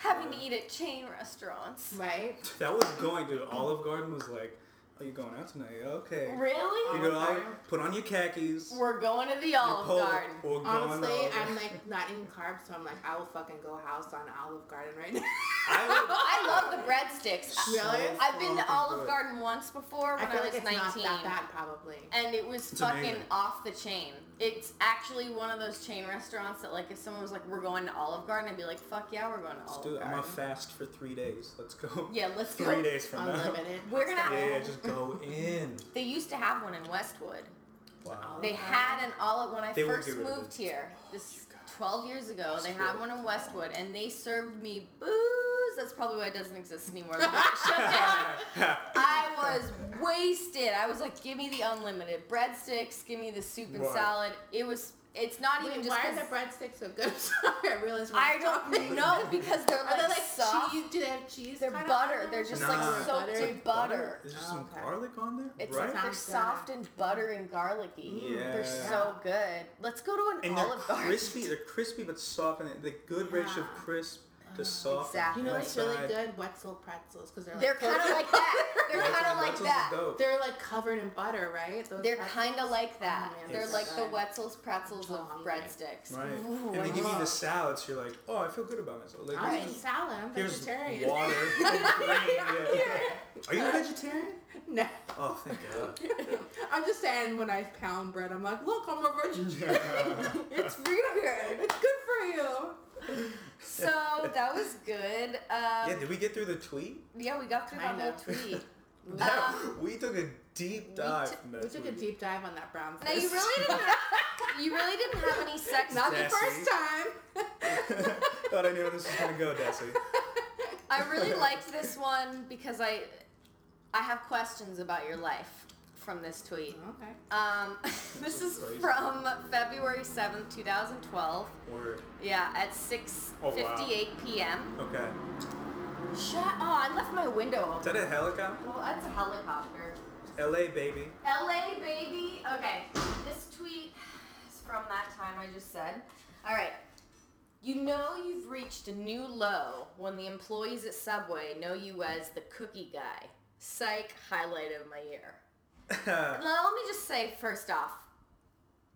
A: Having to eat at chain restaurants.
B: right?
C: That was going to Olive Garden was like, "Are you going out tonight? Okay." You
A: Really?
C: go
B: Olive
C: out,
B: Garden?
C: put on your khakis. your
A: We're going to the Olive
C: polo,
A: Garden.
C: Or go on the
B: Honestly,
C: Olive
B: I'm
C: Garden.
B: like not eating carbs, so I'm like, I will fucking go house on Olive Garden right now.
C: I
A: I love the breadsticks.
C: would
B: Really?
C: so
A: I've been to
C: fucking
A: Olive
C: good.
A: Garden once before
B: I
A: when I,
B: feel
A: was
B: like it's
A: 19.
B: not that bad, probably.
A: and it was
C: It's
A: fucking
C: amazing.
A: off the chain. It's actually one of those chain restaurants that, like, if someone was like, "We're going to Olive Garden," I'd be like, "Fuck yeah, we're going to
C: Let's
A: Olive
C: do it. I'm
A: Garden."
C: on fast for three days. Let's go.
A: yeah, let's go.
C: Three days from now.
B: Unlimited.
A: We're gonna-
C: Yeah, yeah, just go in.
A: They used to have one in Westwood.
C: Wow.
A: They had an olive when I
C: Oh, They Oh, won't
A: first
C: get rid of
A: moved
C: it.
A: here. This 12 years ago, they had
C: Westwood.
A: one in Westwood, and they served me booze. That's probably why it doesn't exist anymore. They shut down. I was wasted. I was like, "Give me the unlimited breadsticks. Give me the soup and
C: Right.
A: salad." It was. It's not even
B: Wait,
A: just.
B: why are
A: 'cause-
B: the breadsticks so good? Sorry, I realized we're
A: I
B: talking.
A: don't know because they're
B: Are
A: like,
B: they like
A: soft.
B: cheese? Do they have cheese?
A: They're
B: kinda
A: butter.
B: on
A: They're
B: them?
A: just
C: Nah.
A: like soaked
B: Butter?
A: in butter.
C: Is there
B: Oh,
C: some
B: okay.
C: garlic on there?
A: It's
C: right.
A: they're
B: Sounds good.
A: soft and butter and garlicky. They're
C: Yeah.
A: so good. Let's go to an
C: and they're
A: Olive Garden.
C: crispy. They're crispy but soft, and the good ratio of
B: Yeah.
C: crisp to soft.
A: exactly.
B: You know what's really
C: inside.
B: good? Wetzel pretzels because they're like
A: They're kind of like that. They're
C: That's-
A: kind of
C: that's
A: like that.
C: what's dope.
B: they're like covered in butter, right? Those
A: They're
B: pretzels?
A: kind of like that.
B: Oh, man,
A: They're
C: Yes.
A: like the
B: good.
A: Wetzel's pretzels of
B: Oh, I'm hungry.
A: breadsticks.
C: Right.
A: Ooh, I
C: and they give you
A: love-
C: the salads. You're like, oh, I feel good about myself. Like,
B: I'm
A: Right.
B: eating salad. I'm
C: Here's
B: vegetarian.
C: water. Yeah. Are you a vegetarian?
B: no,
C: Oh, thank God.
B: I'm just saying when I pound bread, I'm like, look, I'm a vegetarian.
A: It's real good.
B: it's good for you.
A: So that was good. Um,
C: yeah,
A: yeah,
C: did we get through the tweet?
A: we got through that whole
B: Kinda.
A: tweet.
C: we took a deep dive. from that
B: Uh, We took a
C: tweet.
B: deep dive on that brown.
A: Now you
B: fish.
A: really didn't. Have, you really didn't have any sex.
B: Not the
C: Sassy.
B: first time.
C: Thought I knew where this was gonna go, Desi.
A: I really liked this one because I, I have questions about your life from this tweet.
B: Okay.
A: Um, this is
C: Crazy.
A: from February seventh, two thousand twelve.
C: Word.
A: Yeah, at 6:58
C: Oh, wow.
A: p.m.
C: Okay.
A: Shut. Oh, I left my window
C: Is
A: open.
C: that a helicopter?
A: Well, that's a helicopter.
C: LA baby.
A: L.A. baby. Okay, this tweet is from that time I just said. All right. You know you've reached a new low when the employees at Subway know you as the cookie guy. Psych highlight of my year.
C: Uh,
A: Now, let me just say first off,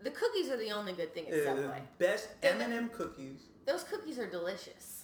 A: the cookies are the only good thing at Subway.
C: best
A: They're the-
C: M&M cookies.
A: Those cookies are delicious.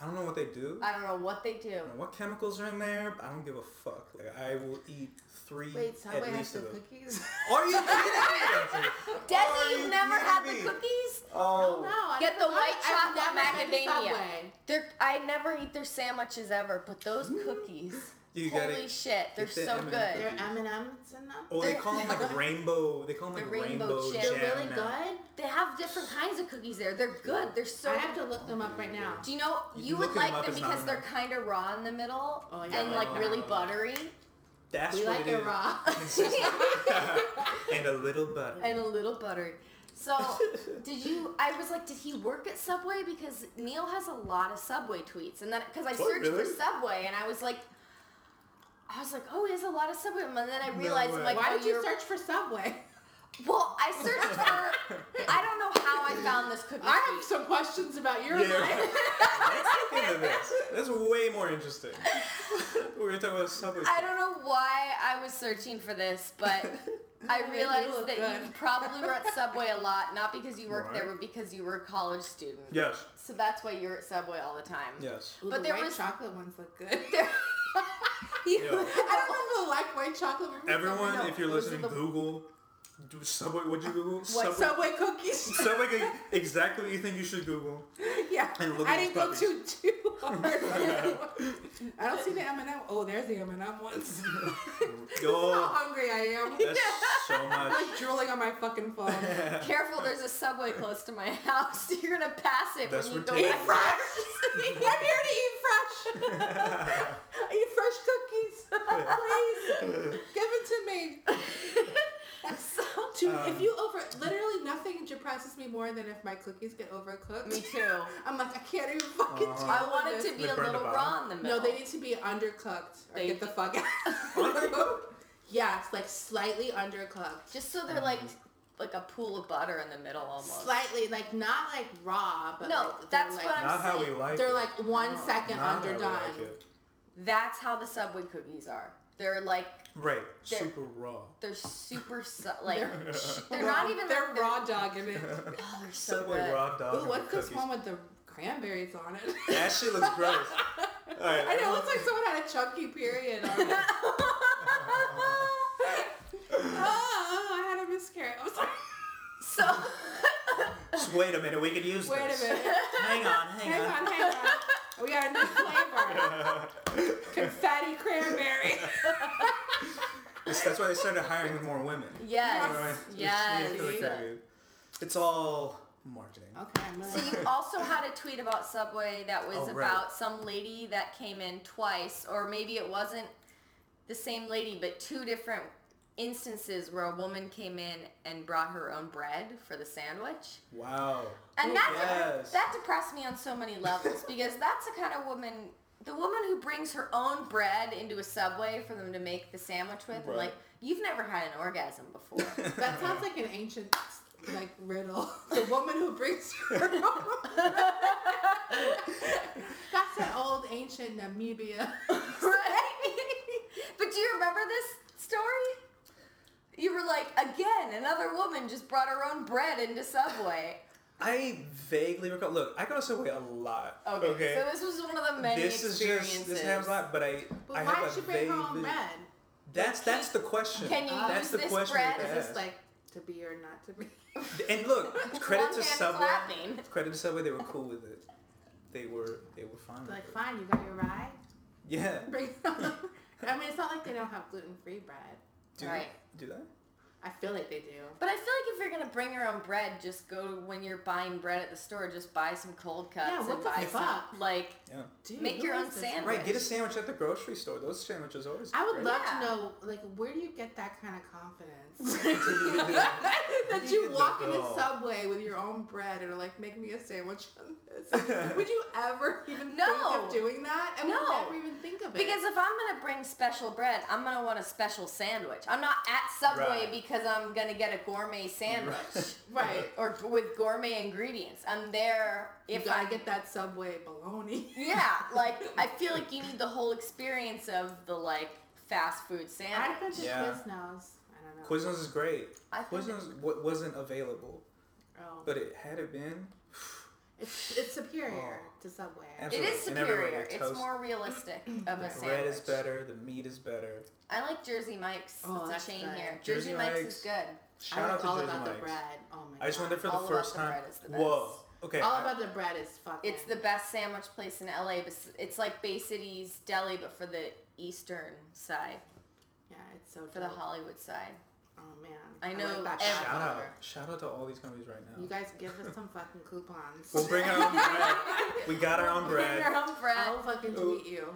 C: I don't know what they do.
A: I don't know what they do.
C: I don't know what chemicals are in there? but I don't give a fuck. Like I will eat three
B: Wait, Subway
C: at
B: has
C: least
B: the
C: of those.
B: cookies?
C: Are you kidding me? Are
A: Desi,
C: you
A: you've never had the
C: kidding me?
A: cookies?
C: Oh,
B: No, I
A: Get
B: never
A: the
B: had-
A: white
B: I've
A: chocolate
B: never had the
A: macadamia.
B: Subway.
A: They're, I never eat their sandwiches ever, but those cookies,
C: you got
A: holy
C: it.
A: shit, they're
C: get the
A: so
C: M&M.
A: good.
B: They're M and M's in them.
C: Oh, they
A: they're-
C: call them like rainbow. They call them
A: They're
C: like
A: rainbow
C: rainbow,
A: chips.
B: They're
C: jam.
B: really
C: now.
B: good.
A: They have different kinds of cookies there. They're good. They're so.
B: I have to look them up right now.
A: do you know
C: You
A: you, would
C: look 'em
A: like
C: up,
A: them
C: it's not
A: because
C: in
A: they're kind of raw in the middle
B: Oh, yeah.
A: and like really
C: Oh.
A: buttery
C: That's
B: We
C: what
B: like
C: it
B: it
C: is.
B: raw.
C: and a little butter.
A: and a little buttery. So, did you? I was like, did he work at Subway? Because Neil has a lot of Subway tweets, and then because I
C: Oh,
A: searched
C: really?
A: for Subway, and I was like, I was like, oh, there's a lot of Subway. And then I
C: No
A: realized,
C: way.
A: I'm like,
B: Why
A: oh,
B: did you
A: you're-
B: search for Subway?
A: Well, I searched for. I don't know how I found this cookie.
B: I have
A: sheet.
B: some questions about your
C: Yeah.
B: life.
C: Let's look into this. That's way more interesting. We're gonna talk about Subway.
A: I don't know why I was searching for this, but I
B: Made you
A: realized
B: look
A: that you
B: good.
A: probably were at Subway a lot, not because you worked there,
C: Right.
A: but because you were a college student.
C: Yes.
A: So that's why you're at Subway all the time.
C: Yes.
B: But
A: But
B: the
A: there
B: white
A: was-
B: chocolate ones look good.
A: There-
C: Yeah.
B: I don't remember like white chocolate. but
C: Everyone,
B: no,
C: if you're
B: it was
C: listening,
B: the-
C: Google do Subway. What'd you Google?
B: what Subway cookies?
C: Subway. Exactly what you think you should Google.
B: yeah,
C: And look
B: I
C: at
B: didn't
C: these
B: go
C: puppies.
B: too too hard. I don't see the M and M. Oh, there's the M and M ones. How
C: Yo,
B: hungry I am.
C: that's so much.
B: I'm like drooling on my fucking phone.
A: Careful, there's a Subway close to my house. You're gonna pass it
C: That's
A: when you
C: what
A: go
C: Taylor-
A: back.
B: eat fresh. I'm here to eat fresh. eat fresh cookies, please. Give it to me. To, if
C: Um,
B: you over, literally nothing depresses me more than if my cookies get overcooked.
A: Me too.
B: I'm like, I can't even fucking
C: Uh-huh.
B: deal
A: I
B: with
A: want it
B: this.
A: to be
C: They
A: a
C: burn the
A: little
C: bottom?
A: raw in the middle.
B: No, they need to be undercooked or
A: They-
B: get the fuck out.
C: Undercooked?
B: yes, like slightly undercooked.
A: just so they're like like a pool of butter in the middle almost.
B: Slightly, like not like raw, but
A: No,
B: like, they're,
A: that's
B: like,
A: what I'm
C: Not how we
A: saying.
C: like
B: They're
C: it.
B: like one
A: No,
B: second
C: Not how we
B: underdone.
C: like it.
A: That's how the Subway cookies are. They're like
C: Right.
A: They're-
C: Super raw.
A: they're super su- like
B: They're-
A: sh- they're not even
B: They're
A: like,
B: raw dog in it.
A: Oh, they're so
C: Subway
A: good.
C: raw dog.
B: Ooh, what's this
C: cookies.
B: one with the cranberries on it?
C: That shit looks gross. All right.
B: I know, it looks like someone had a chunky period on it. oh, oh, I had a miscarriage. I'm sorry.
A: So
C: Just wait a minute. We could use
B: Wait a
C: this.
B: minute.
C: Hang on. Hang,
B: Hang on, hang on. We got a new flavor. Confetti cranberry.
C: It's- that's why they started hiring more women.
A: yes,
C: Right? It's- yeah, I feel like that,
A: yes.
C: dude. It's all marketing.
A: Oh.
B: Okay, I'm
A: So
B: gonna.
A: you also had a tweet about Subway that was
C: Oh, right.
A: about some lady that came in twice, or maybe it wasn't the same lady, but two different instances where a woman came in and brought her own bread for the sandwich.
C: Wow.
A: And that,
C: Oh, Yes.
A: that depressed me on so many levels because that's the kind of woman, the woman who brings her own bread into a subway for them to make the sandwich with, I'm
C: Right.
A: like, you've never had an orgasm before.
B: That sounds like an ancient like riddle. The woman who brings her own. That's an old ancient Namibia.
A: right? but do you remember this story? You were like, again, another woman just brought her own bread into Subway.
C: I vaguely recall. Look, I go to Subway a lot.
A: Okay, so this was one of the many
C: this is
A: experiences.
C: just this happens a lot, but I
B: But
C: I
B: why
C: have
B: did she
C: a
B: bring
C: vague.
B: her own bread?
C: That's that's the question.
A: Can you
C: that's
A: use
C: the
A: this
C: question
A: bread?
C: that
A: Is
C: they
A: this
B: Just
C: ask.
B: like to be or not to be.
C: And look, credit
A: One
C: to
A: hand
C: Subway.
A: clapping.
C: Credit to Subway, they were cool with it. They were they were fine. with
B: Like
C: it.
B: fine, you got your rye.
C: Yeah.
B: Bring it on. I mean, it's not like they don't have gluten free bread.
C: Do
A: Right.
C: do that?
B: I feel like they do.
A: But I feel like if you're gonna bring your own bread, just go when you're buying bread at the store. Just buy some cold cuts
B: Yeah, what
A: and
B: the
A: buy
B: fuck?
A: some like.
C: Yeah.
B: Dude,
A: Make
B: who
A: your own
B: is this?
A: sandwich.
C: Right, get a sandwich at the grocery store. Those sandwiches are always
B: I would
C: great.
B: love
A: Yeah.
B: to know, like, where do you get that kind of confidence? that you walk into
C: No.
B: Subway with your own bread and are like, make me a sandwich on this. would you ever even think
A: No.
B: of doing that? And would
A: No.
B: never even think of it.
A: Because if I'm gonna bring special bread, I'm gonna want a special sandwich. I'm not at Subway
C: Right.
A: because I'm gonna get a gourmet sandwich
B: right,
A: or with gourmet ingredients. I'm there
B: if
A: if
B: you gotta
A: I
B: get that Subway bologna.
A: Yeah, like I feel like you need the whole experience of the like fast food
B: I
A: sandwich.
B: think it's
C: Yeah.
B: Quiznos. I don't know.
C: Quiznos is great.
A: I think
C: Quiznos wa- wasn't available,
B: Oh.
C: but it had it been,
B: It's, it's superior to Subway.
A: It is
C: Oh. And everywhere
A: superior.
C: they
A: It's
C: toast.
A: more realistic of a
B: Bread
A: sandwich.
C: bread is better, the meat is better.
A: I like Jersey Mike's.
B: Oh,
A: it's
B: that's
A: a chain
B: good.
A: here. Jersey,
C: Jersey
A: Mike's,
C: Mike's.
A: is good.
B: I
C: Shout
B: like
C: out to
B: all
C: Jersey
B: about
C: Mike's.
B: the bread. Oh my god.
C: I just went there for
A: All
C: the
A: about
C: first
A: the
C: time.
A: bread is the
C: Whoa.
A: best.
C: Okay.
B: All
C: I-
B: about the bread is fucking.
A: It's the best sandwich place in LA. bes- It's like Bay City's deli, but for the eastern side,
B: Yeah, it's so
A: for the
B: dope.
A: Hollywood side.
B: Oh man.
A: I know
B: like that
A: every-
B: shot
C: Shout out.
B: cover.
C: Shout out to all these companies right now.
B: You guys give us some fucking coupons.
C: We'll bring our own bread. We got our own bread.
A: Your own bread.
B: I'll Oh. fucking tweet you.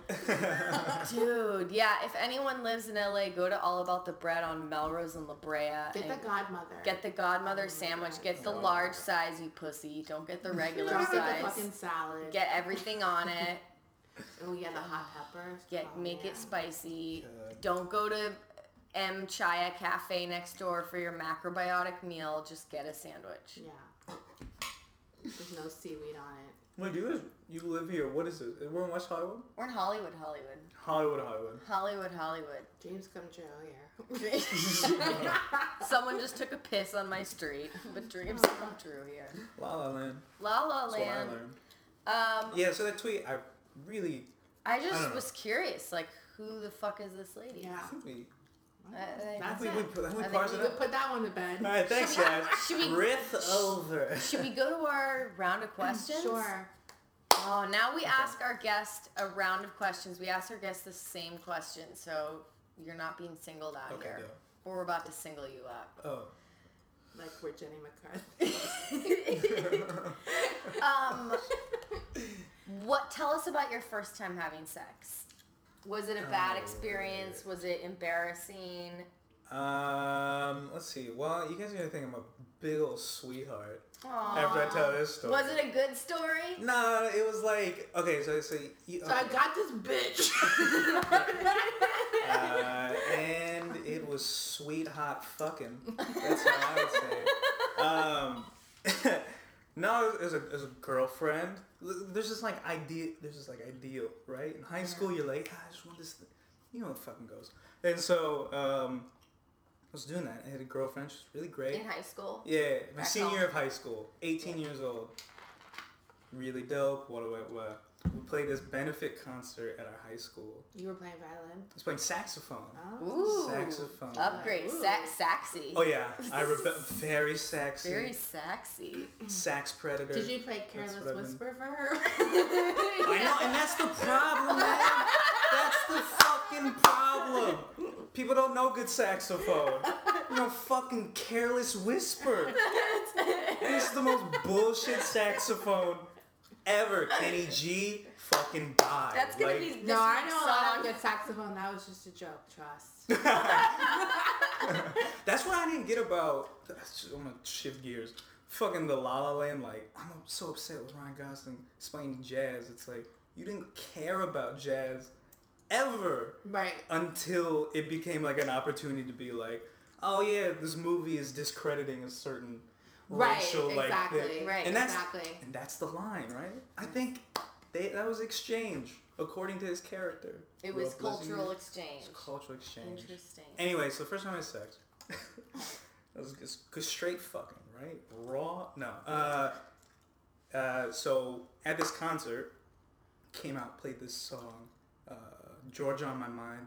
B: Oh.
A: Dude, yeah, if anyone lives in LA, go to All About the Bread on Melrose and La Brea.
B: Get
A: and
B: the godmother.
A: Get the Godmother sandwich. Get the
C: Oh.
A: large size, you pussy. Don't get the regular
B: Don't get the
A: size.
B: fucking salad.
A: Get everything on it.
B: Oh yeah, the hot peppers.
A: Get
B: Oh,
A: make
B: yeah.
A: it spicy.
C: Good.
A: Don't go to M Chaya Cafe next door for your macrobiotic meal. Just get a sandwich.
B: Yeah. There's no seaweed on it.
C: Wait, you live, you live here. What is it? We're in West Hollywood?
A: We're in Hollywood, Hollywood,
C: Hollywood, Hollywood.
A: Hollywood, Hollywood.
B: James come true here.
A: Someone just took a piss on my street, but dreams come true here.
C: La La Land.
A: La La
C: That's what I
A: Land.
C: learned.
A: Um,
C: Yeah, so that tweet, I really,
A: I
C: I
A: just
C: don't know.
A: was curious, like, who the fuck is this lady?
B: Yeah.
C: I think we,
A: I- I-
C: I
B: That's
C: think we,
B: it.
C: put- I think we
A: I think
C: parsed
B: You
C: it
B: could
C: out.
B: put that one to bed.
C: All right, thanks, guys.
A: Should we-
C: Riff over.
A: Should we go to our round of questions?
B: Sure.
A: Oh, now we ask our guest a round of questions. We ask our guest the same question, so you're not being singled out
C: Okay,
A: here.
C: go.
A: Or we're about to single you out.
C: Oh.
B: Like we're Jenny McCarthy.
C: Oh.
A: Um, what? Tell us about your first time having sex. Was it a bad
C: Oh,
A: experience? Was it embarrassing?
C: Um, let's see. Well, you guys are gonna think I'm a big old sweetheart
A: Aww.
C: after I tell this story.
A: Was it a good story?
C: No, it was like okay. So, so, you,
B: so I
C: okay.
B: got this bitch.
C: uh, and it was sweet hot fucking. That's what I would say. Um, no, as a as a girlfriend, L- there's this like idea. There's this like ideal, right? In high school, you're like, "Ah, I just want this. Thing. You know how it fucking goes. And so um, I was doing that. I had a girlfriend. She's really great.
A: In high school?
C: Yeah, my
A: That's
C: senior
A: all.
C: year of high school, 18 years old. Really dope. What what what? We played this benefit concert at our high school.
B: you were playing violin.
C: I was playing saxophone.
B: Oh.
A: Ooh.
C: Saxophone.
A: Upgrade.
B: Ooh.
A: Sa- sexy.
C: Oh yeah, I rebe- very sexy
A: Very sexy.
C: sax predator.
B: Did you play Careless
C: what I meant.
B: Whisper for her?
C: I know, and that's the problem, man. That's the fucking problem. People don't know good saxophone. You know, fucking careless whisper. This is the most bullshit saxophone ever. Kenny G, fucking die.
A: That's gonna
C: Like,
A: be this
B: no, I
A: week's
B: know a lot
A: song.
B: on good saxophone. That was just a joke. Trust.
C: That's what I didn't get about. that's just- I'm gonna shift gears. Fucking the La La Land. Like I'm so upset with Ryan Gosling explaining jazz. It's like you didn't care about jazz ever.
B: right.
C: until it became like an opportunity to be like, oh yeah, this movie is discrediting a certain
B: Right,
C: racial like
B: exactly,
C: thing.
A: right,
C: and that's
B: exactly.
C: and that's the line, right? I think they, that was exchange according to his character.
A: It was
C: Rob Leslie.
A: cultural
C: It
A: exchange.
C: was cultural exchange.
A: Interesting.
C: Anyway, so first time I had sex. that was just 'cause straight fucking, right? Raw? No. Uh, uh, so at this concert, came out, played this song, uh, Georgia on My Mind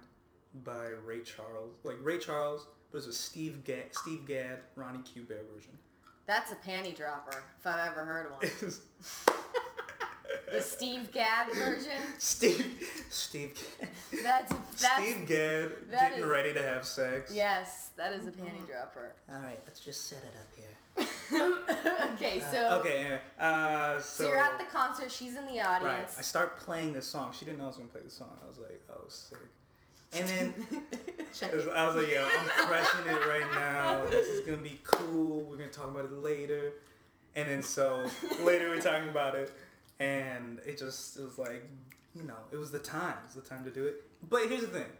C: by Ray Charles. Like Ray Charles, but it's a Steve, Ga- Steve Gadd, Ronnie Q Bear version.
A: That's a panty dropper, if I've ever heard one.
C: It was
A: The Steve Gadd version.
C: Steve, Steve, Gadd-
A: That's that's
C: Steve Gadd
A: that
C: getting
A: is-
C: ready to have sex.
A: yes, that is a
B: Mm-hmm.
A: panty dropper.
C: All right, let's just set it up here.
A: okay, so
C: okay, anyway, uh, so,
A: so you're at the concert. She's in the
C: Right. I
A: audience.
C: start playing this song. She didn't know I was gonna play the song. I was like, oh sick. And then
B: Check
C: I was,
B: it.
C: I was like, yo, I'm crushing it right now. This is gonna be cool. We're gonna talk about it later. And then so later we're talking about it, and it just it was like, you know, it was the time. It was the time to do it. But here's the thing.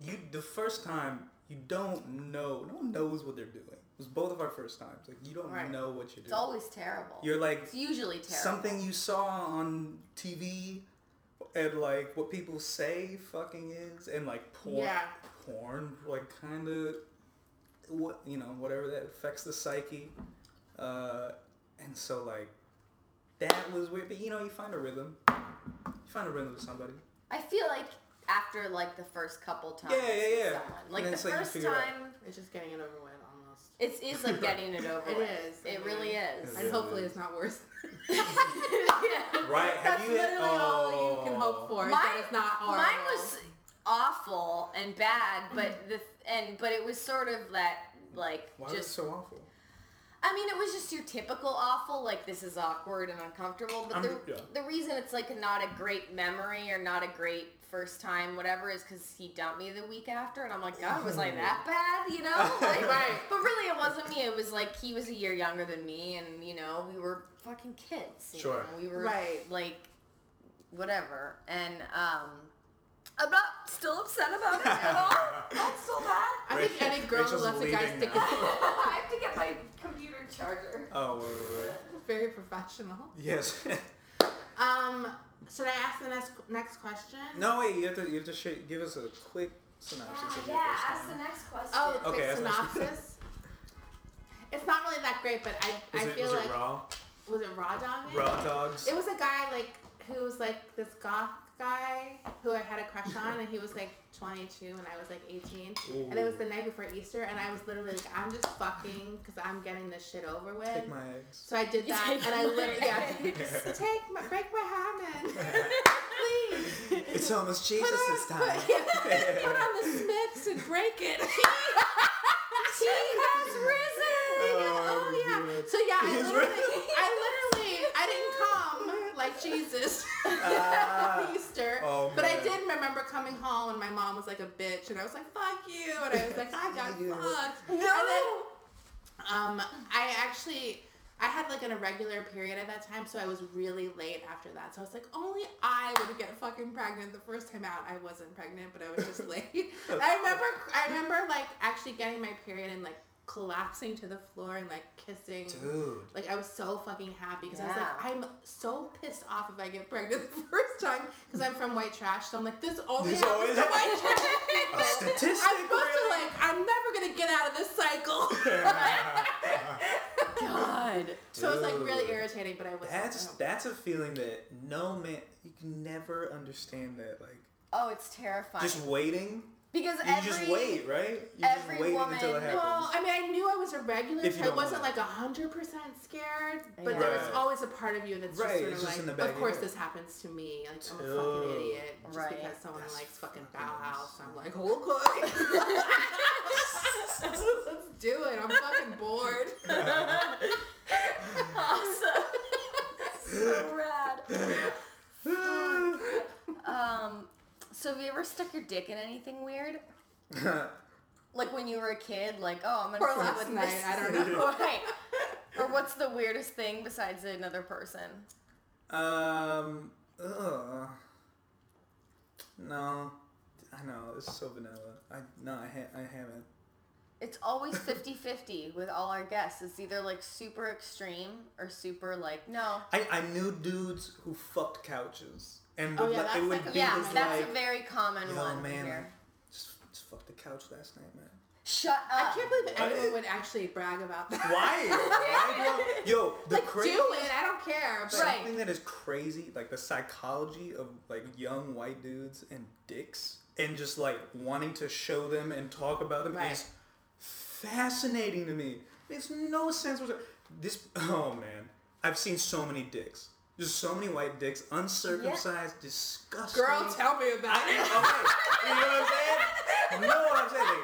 C: You the first time you don't know. No one knows what they're doing. It was both of our first times. Like you don't
B: Right.
C: know what you're
A: It's
C: doing.
A: always terrible.
C: You're like
A: it's usually terrible.
C: something you saw on TV and like what people say fucking is and like porn
B: Yeah.
C: porn like kind of what you know whatever that affects the psyche uh and so like that was weird but you know you find a rhythm you find a rhythm with somebody
A: I feel like after like the first couple times.
C: Yeah, yeah,
A: with
C: yeah.
A: Someone,
C: And
A: like
C: then
A: the
C: it's like you
A: first
C: figure it out.
A: time,
B: It's just getting it over with almost.
A: it's is like getting it over.
B: It
A: with.
B: is, I
A: It
B: mean,
A: really is.
B: And hopefully it's not worse.
C: right
B: That's literally all
C: Oh.
B: you can hope for. is that
A: Mine-
B: it's not horrible.
A: Mine was awful and bad, but the and but it was sort of that like
C: why was it
A: just
C: so awful
A: I mean, it was just your typical awful, like this is awkward and uncomfortable. But
C: Um,
A: the,
C: yeah.
A: the reason it's like not a great memory or not a great first time, whatever, is because he dumped me the week after, and I'm like, God, was I that bad? You know, like,
B: Right.
A: But really, it wasn't me. It was like he was a year younger than me, and you know, we were fucking kids. you
C: Sure.
A: know, we were
B: Right.
A: like whatever. And um, I'm not still upset about it at all. That's still bad.
B: I think
C: Rachel-
B: any girl who
C: Rachel's
B: lets a guy
C: leaving
B: stick his
C: now.
A: I have to get my computer charger.
C: Oh, wait, wait, wait.
B: very professional.
C: yes.
B: Um, should I ask the next next question?
C: no, wait. You have to. You have to sh- give us a quick synopsis. of your first time.
A: next question.
B: Oh, the
C: Okay,
B: quick
C: that's nice.
B: synopsis. it's not really that great, but I, I
C: Was it,
B: feel
C: was
B: like
C: it raw?
B: was it raw dogging?
C: Raw dogs.
B: It was a guy like who was like this goth guy who I had a crush on, and he was like 22 and I was like 18, and it was the night before Easter, and I was literally like, I'm just fucking because I'm getting this shit over with.
C: Take my eggs.
B: so I did
A: You
B: that,
A: take
B: and I
A: my
B: literally yeah,
C: eggs.
B: take my break my hymen, please.
C: It's almost Jesus
B: Put on-
C: this time.
B: Put, yeah, put on the Smiths and break it.
A: He has risen.
B: oh yeah. So yeah, I
C: He's
B: literally,
C: right.
B: I literally, I didn't come like Jesus
C: Ah.
B: at Easter,
C: Oh,
B: but I
C: man.
B: did remember coming home and my mom was like a bitch, and I was like, "Fuck you," and I was like, "I got
C: Yeah.
B: fucked."
A: No.
B: And then, um, I actually. I had like an irregular period at that time, so I was really late after that. So I was like, only I would get fucking pregnant the first time out. I wasn't pregnant, but I was just late. I remember, I remember like actually getting my period and like collapsing to the floor and like kissing.
C: Dude.
B: Like I was so fucking happy because
A: Yeah.
B: I was like, I'm so pissed off if I get pregnant the first time because I'm from white trash. So I'm like, this always
C: This
B: happens
C: always
B: to white
C: A
B: trash people.
C: statistic.
B: I'm supposed to
C: really?
B: like, I'm never gonna get out of this cycle.
A: God.
B: so it was like
C: Dude.
B: really irritating, but I was.
C: That's that's a feeling that no man you can never understand that like
A: Oh, it's terrifying.
C: just waiting
A: because
C: you
A: every
C: just wait right you
A: every
C: just waiting until
A: woman-
C: it happens
B: Well, I mean, I knew I was irregular,
C: If
B: so I
C: you don't
B: wasn't
C: know.
B: like hundred percent scared, but
A: Yeah.
B: there was
C: Right.
B: always a part of you that's
C: Right,
B: just sort
C: it's
B: of
C: just in the
B: like,
C: back
B: of
C: of your
B: course
C: head.
B: this happens to me. Like I'm a
C: Dude.
B: fucking idiot just
A: Right.
B: because someone
C: That's
B: likes fucking
C: fucking
B: Bauhaus. I'm like, okay, let's do it. I'm fucking bored.
A: awesome. so rad. Um, so have you ever stuck your dick in anything weird? Like when you were a kid, like oh, I'm gonna
B: Or
A: play
B: last
A: with
B: night,
A: this.
B: I don't know.
A: right. Or what's the weirdest thing besides another person?
C: um ugh. no I know it's so vanilla I no I, ha- I haven't
A: It's always 50-50 with all our guests. It's either like super extreme or super like no.
C: I, I knew dudes who fucked couches and
B: Oh,
C: would,
B: yeah,
C: like,
B: that's
C: it would
B: like a-
C: be
A: Yeah,
C: this,
A: that's
C: like
A: a very common
C: yo
A: one
C: man
A: here.
C: I just, just fucked the couch last night man
A: Shut
B: I
A: up.
B: can't believe anyone would actually brag about that.
C: Why? Why do I- yo, the
B: Like,
C: crazy
B: do it. I don't care. But
A: Right.
C: something that is crazy, like the psychology of like young white dudes and dicks, and just like wanting to show them and talk about them
B: Right.
C: is fascinating to me. Makes no sense. whatsoever. This, oh man, I've seen so many dicks. Just so many white dicks, uncircumcised, disgusting.
B: girl, tell me about
C: I-
B: it.
C: okay, you know what I'm saying? You know what I'm saying?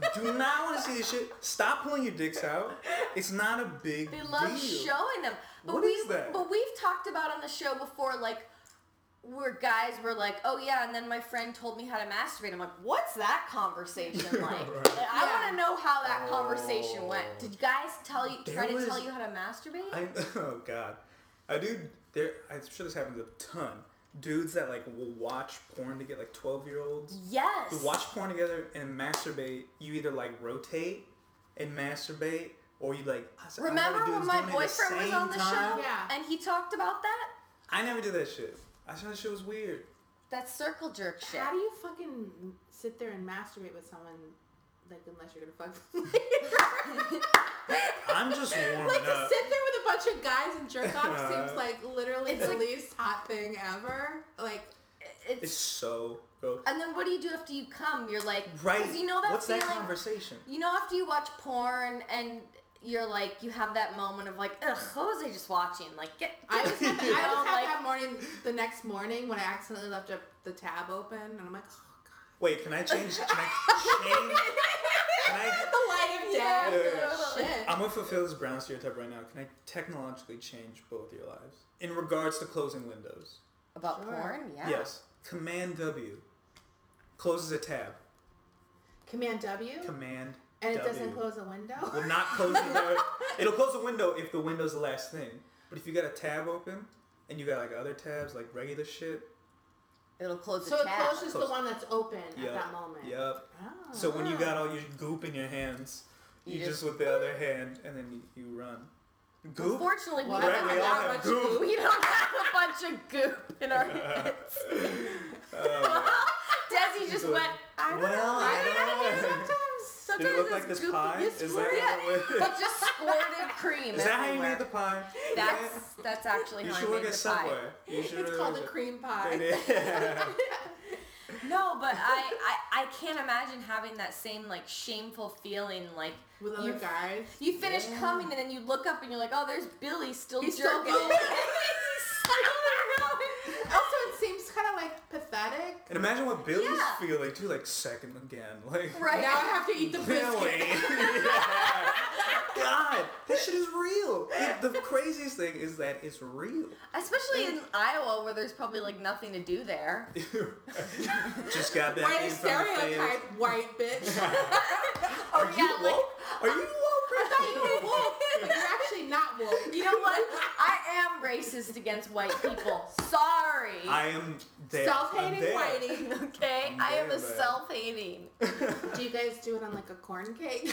C: Like, do not want to see this shit. Stop pulling your dicks out. It's not a big
A: They love
C: deal.
A: showing them. But
C: What
A: we've,
C: is that?
A: But we've talked about on the show before, like where guys were like, "Oh yeah," and then my friend told me how to masturbate. I'm like, "What's that conversation like?"
C: Right.
A: Like, I want to know how that conversation
C: Oh.
A: went. Did guys tell you try
C: There
A: to tell
C: was-
A: you how to masturbate?
C: I oh god, I do. There, I'm sure this happens a ton. Dudes that like will watch porn to get like twelve year olds
A: yes.
C: who watch porn together and masturbate. You either like rotate and masturbate, or you like. I said, I know
A: Remember
C: the dude's
A: when my
C: doing it at the
A: boyfriend was
C: same
A: on the
C: time.
A: show
B: Yeah.
A: and he talked about that?
C: I never did that shit. I thought that shit was weird.
A: That circle jerk shit.
B: How do you fucking sit there and masturbate with someone, like unless you're gonna fuck?
C: I'm just warming
B: like to
C: up.
B: sit there with a bunch of guys and jerk off seems like literally
A: It's
B: the
A: like-
B: least hot thing ever. Like
A: it's,
C: It's so gross.
A: and then what do you do after you come? You're like, Uh, 'cause
C: Right.
A: You know that
C: What's
A: feeling.
C: that conversation?
A: You know, after you watch porn and you're like, you have that moment of like, ugh, what was I just watching? Like, get.
B: I was,
A: get-
B: had,
A: you
B: I
A: know,
B: was had
A: like-
B: that morning, the next morning when I accidentally left a, the tab open, and I'm like, oh,
C: Wait, can I change? Can I change? Can I?
B: God. the light of day.
C: Yeah.
B: Oh,
C: Um,
B: Shit.
C: I'm gonna fulfill this brown stereotype right now. Can I technologically change both your lives in regards to closing windows?
A: about
B: Sure.
A: porn, yeah.
C: Yes. Command W closes a tab.
B: Command W,
C: Command
B: and it
C: W
B: doesn't close a window.
C: will not close the window. It'll close the window if the window's the last thing. But if you got a tab open, and you got like other tabs like regular shit.
A: It'll close
B: So
A: the
B: it
A: tab.
B: closes
C: Close.
B: the one that's open
C: Yep.
B: at that moment.
C: Yep.
B: Oh.
C: So when you got all your goop in your hands,
A: You
C: you,
A: just-
C: just, with the other hand and then you, you run. Goop.
A: Fortunately, we
B: Right,
A: don't have
B: we all
A: that
C: have
A: much
C: goop.
A: goop. We don't have a bunch of goop in our heads.
C: Oh,
A: Desi just
C: So-
A: went. I don't
C: Well,
A: know.
C: I
A: I
C: don't
A: don't
C: know."
A: know. Sometimes, sometimes
C: Did it look
A: it's
C: like this
A: goopy.
C: pie?
A: You
C: Is
A: squirt
C: that
A: it.
C: what
A: It just squirted cream.
C: Is that how you
A: everywhere.
C: made the pie?
A: That's that's actually
C: You
A: how
C: should
A: I
C: work
A: made
C: at
A: the
C: Subway.
A: pie.
C: You should
B: It's
C: really
B: called a
C: work at-
B: cream pie.
A: No, but I, I I can't imagine having that same like shameful feeling like
B: With other
A: you
B: guys.
A: you finish
C: Yeah.
A: coming and then you look up and you're like, oh, there's Billy still
B: He's still
A: jerking.
B: going.
A: He's still going.
B: Also, it seems kind of like pathetic.
C: And imagine what Billy's
A: Yeah.
C: feeling too, like second again, like
A: Right.
B: Now I have to eat the
C: Billy.
B: biscuit.
C: Yeah. God, this shit is real. It- the craziest thing is that it's real.
A: Especially in Iowa where there's probably like nothing to do there.
C: Just got that
B: White
C: in from the
B: stereotype, white bitch.
A: Oh
C: Are you woke? Are you woke?
B: I thought you were woke, but you're actually not woke.
A: You know what? I am racist against white people. Sorry.
C: I am there. I'm
B: Self-hating
C: there.
B: whitey.
A: okay? I am a
C: Damn, man.
A: self-hating.
C: Uh,
B: Do you guys do it on like a corn cake?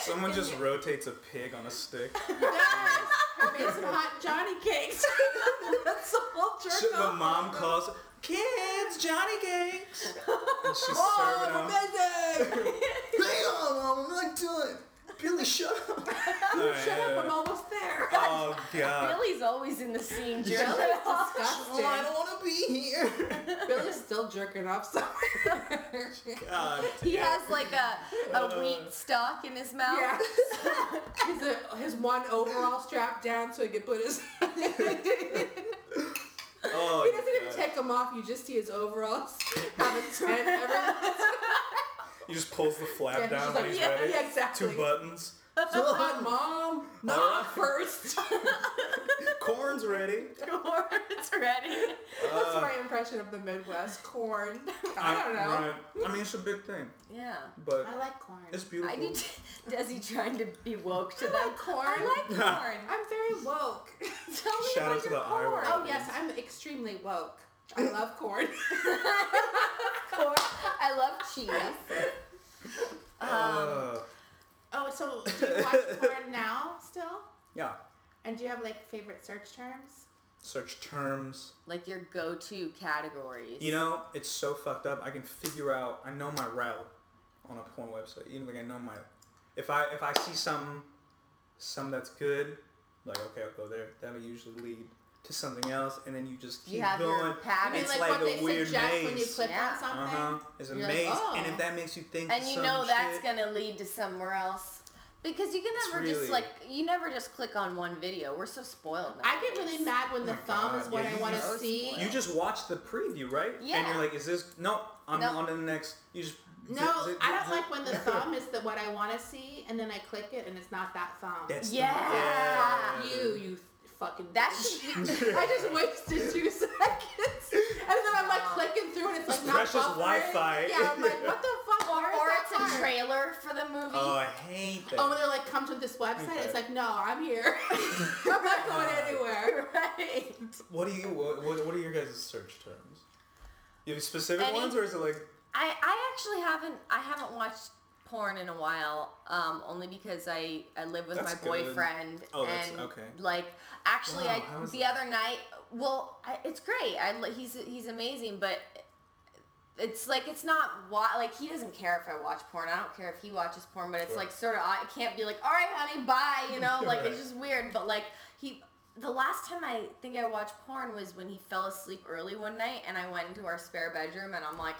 C: Someone just rotates a pig on a stick.
B: I made some hot Johnny cakes. That's a whole jerk
C: So the
B: off.
C: mom calls, kids, Johnny cakes. And she's serving
B: Oh,
C: them.
B: I'm offended.
C: Hang on, Mom, I'm not done. Billy, shut up.
B: Shut up, I'm almost there.
C: Oh, God.
A: Billy's always in the scene,
B: Billy's
A: Jerry.
C: Well, I
B: disgusting.
C: don't want to be here.
B: Billy's still jerking off somewhere.
C: God.
A: He has like a, a wheat stalk in his mouth.
B: yeah. his, uh, his one overall strapped down so he could put his. he
C: Oh,
B: doesn't even
C: God.
B: take them off. You just see his overalls. Have a tent. Everything.
C: He just pulls the flap
B: Yeah,
C: down
B: she's
C: when
B: like,
C: he's
B: yeah,
C: ready.
B: yeah, exactly.
C: Two buttons.
B: Come on, mom.
C: Uh,
B: Not first.
C: Corn's ready.
A: it's ready.
B: That's my impression of the Midwest. Corn. I don't know.
C: uh, I mean, it's a big thing,
A: Yeah.
C: but
B: I like corn.
C: it's beautiful.
A: I need to, Desi trying to be woke to
B: I
A: that
B: like corn.
A: I like corn.
B: I'm very woke. Tell me
C: Shout
B: about
C: out to
B: your
C: the
B: corn.
C: Irish.
B: Oh yes, I'm extremely woke. I love corn.
A: corn. I love cheese.
B: Um,
C: Uh,
B: Oh, so do you watch porn now still?
C: yeah.
B: And do you have like favorite search terms?
C: Search terms.
A: Like your go-to categories.
C: You know, it's so fucked up. I can figure out. I know my route on a porn website. You know, like I know my. If I if I see something, some that's good, like okay, I'll go there. That'll usually lead to something else, and then you just
A: You
C: keep
A: have your
C: going.
A: pattern.
B: I mean,
C: It's
B: like,
C: like
B: what
C: a
B: they
C: weird
B: suggest when you
C: maze.
B: click
A: Yeah.
B: on something.
C: Uh huh. It's a
B: You're like,
C: maze,
B: oh.
C: and if that makes you think,
A: and
C: of
A: you
C: some
A: know that's
C: shit-
A: gonna lead to somewhere else. Because you can
C: It's
A: never just
C: really-
A: like you never just click on one video. We're so spoiled now.
B: I get really mad when the
C: Oh my
B: thumb
C: God,
B: is what
C: yeah,
B: I
C: you
B: want
A: know.
B: to see.
C: You just watch the preview, right? And
A: Yeah.
C: you're like, is this? No, I'm
A: No.
C: on to the next. You just.
B: no,
C: zip, zip,
B: I don't
C: zip.
B: like when the thumb is the what I want to see, and then I click it and it's not that thumb.
C: That's the-
A: Yeah.
B: you, you fucking.
A: That
B: bitch.
A: should be
B: I just wasted two seconds, and then I'm like clicking through, and it's like not
C: Precious
B: buffering.
C: Wi-Fi.
B: Yeah, I'm like, what the fuck?
A: or,
B: Where is
A: or
B: that
A: it's a
B: part?
A: trailer for the movie.
C: Oh, I hate that.
B: Oh, when they're like, come to this website. It's like, no, I'm here. I'm not going anywhere.
A: right.
C: What do you? What, what what are your guys' search terms? You have specific
A: Any-
C: ones, or is it like?
A: I, I actually haven't I haven't watched porn in a while, um, only because I, I live with
C: That's
A: my
C: good.
A: boyfriend
C: Oh, that's-
A: and
C: okay.
A: like actually
C: Wow,
A: I
C: how is
A: the
C: that?
A: other night well I, it's great I li- he's he's amazing but it's like it's not wa- like he doesn't care if I watch porn I don't care if he watches porn but it's
C: Sure.
A: like sort of I can't be like all right honey bye you know like
C: Right.
A: it's just weird but like he the last time I think I watched porn was when he fell asleep early one night and I went into our spare bedroom and I'm like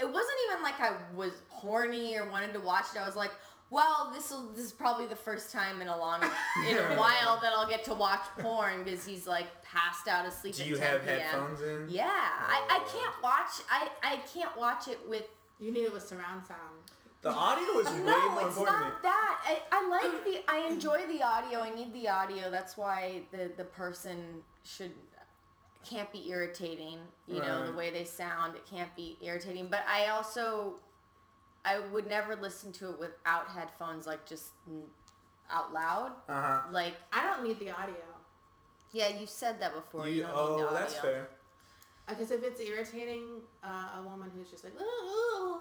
A: it wasn't even like I was horny or wanted to watch it. I was like, well, this will this is probably the first time in a long in a while that I'll get to watch porn because he's like passed out asleep.
C: Do
A: at
C: you
A: 10
C: have
A: p.m.
C: headphones Oh. in?
A: Yeah, I, I can't watch I, I can't watch it with.
B: You need it with surround sound.
C: The audio is way
A: No,
C: more
A: it's
C: important.
A: not that. I, I like the I enjoy the audio. I need the audio. That's why the the person should can't be irritating. You know the
C: Right.
A: way they sound. It can't be irritating. But I also I would never listen to it without headphones, like just mm, out loud.
C: Uh huh.
A: Like
B: I don't need the audio.
A: Yeah, you said that before. You,
C: You,
A: don't need
C: oh,
A: the
C: that's
A: audio.
C: fair.
B: Because uh, if it's irritating uh, a woman who's just like, oh,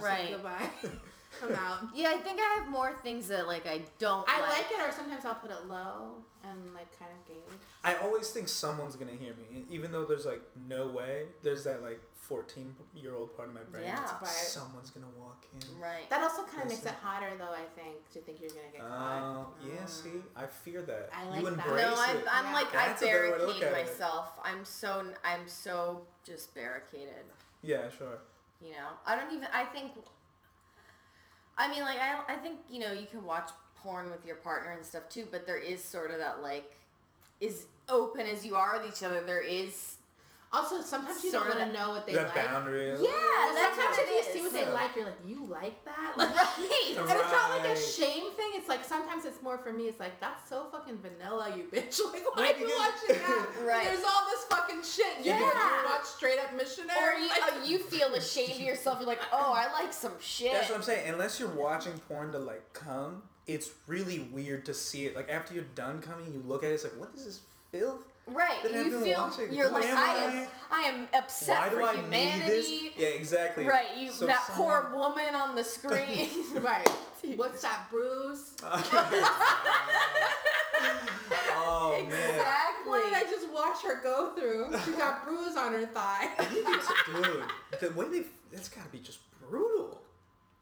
A: Right.
B: goodbye, I'm out.
A: Yeah, I think I have more things that like I don't.
B: I
A: like.
B: like it, or sometimes I'll put it low and like kind of gauge.
C: I always think someone's gonna hear me, and even though there's like no way. There's that like 14 year old part of my brain. that's
A: Yeah.
C: like,
B: Right.
C: Someone's gonna walk in.
A: Right.
B: That also kind of makes
C: Listen.
B: it hotter, though. I think to think you're gonna get
C: Uh,
B: caught.
C: yeah, see, I fear that.
B: I
C: you
B: like that.
C: embrace
A: no, I'm, uh,
C: it.
A: I'm
B: Yeah.
A: like
C: That's
A: I
C: a better way to
A: barricade
C: look at it.
A: myself. I'm so I'm so just barricaded.
C: Yeah, sure.
A: You know, I don't even. I think. I mean, like I I think you know you can watch porn with your partner and stuff too, but there is sort of that like, as open as you are with each other, there is.
B: Also, sometimes you
A: Sort
B: don't want
A: of.
B: to know what they
C: that
B: like.
C: boundary.
A: Yeah,
C: is-
A: that's
B: sometimes
A: what
B: if you
A: it
B: see
A: is.
B: what they like, you're like, you like that? Like,
A: Right.
B: And it's not like a
C: Right.
B: shame thing. It's like sometimes it's more for me. It's like that's so fucking vanilla, you bitch. Like why
C: Right,
B: are you
C: because-
B: watching that?
A: Right.
B: There's all this fucking shit. You
A: Yeah.
B: can watch straight up missionary.
A: Or you,
B: Like,
A: uh, you feel ashamed of yourself. You're like, oh, I like some shit.
C: That's what I'm saying. Unless you're watching porn to like come, it's really weird to see it. Like after you're done coming, you look at it, it's like, what is this filth?
A: Right.
C: Then I've
A: You
C: been
A: feel
C: watching.
A: you're
C: Why
A: like
C: am
A: I am.
C: I-
A: I am upset
C: Why do
A: for
C: I need
A: humanity.
C: this? Yeah, exactly.
A: Right. You
C: So
A: that
C: someone-
A: poor woman on the screen.
B: right. What's that, Bruce?
C: oh man,
B: What did I
A: exactly.
B: just watch her go through? She got bruise on her thigh.
C: dude, the way they that's gotta be just brutal,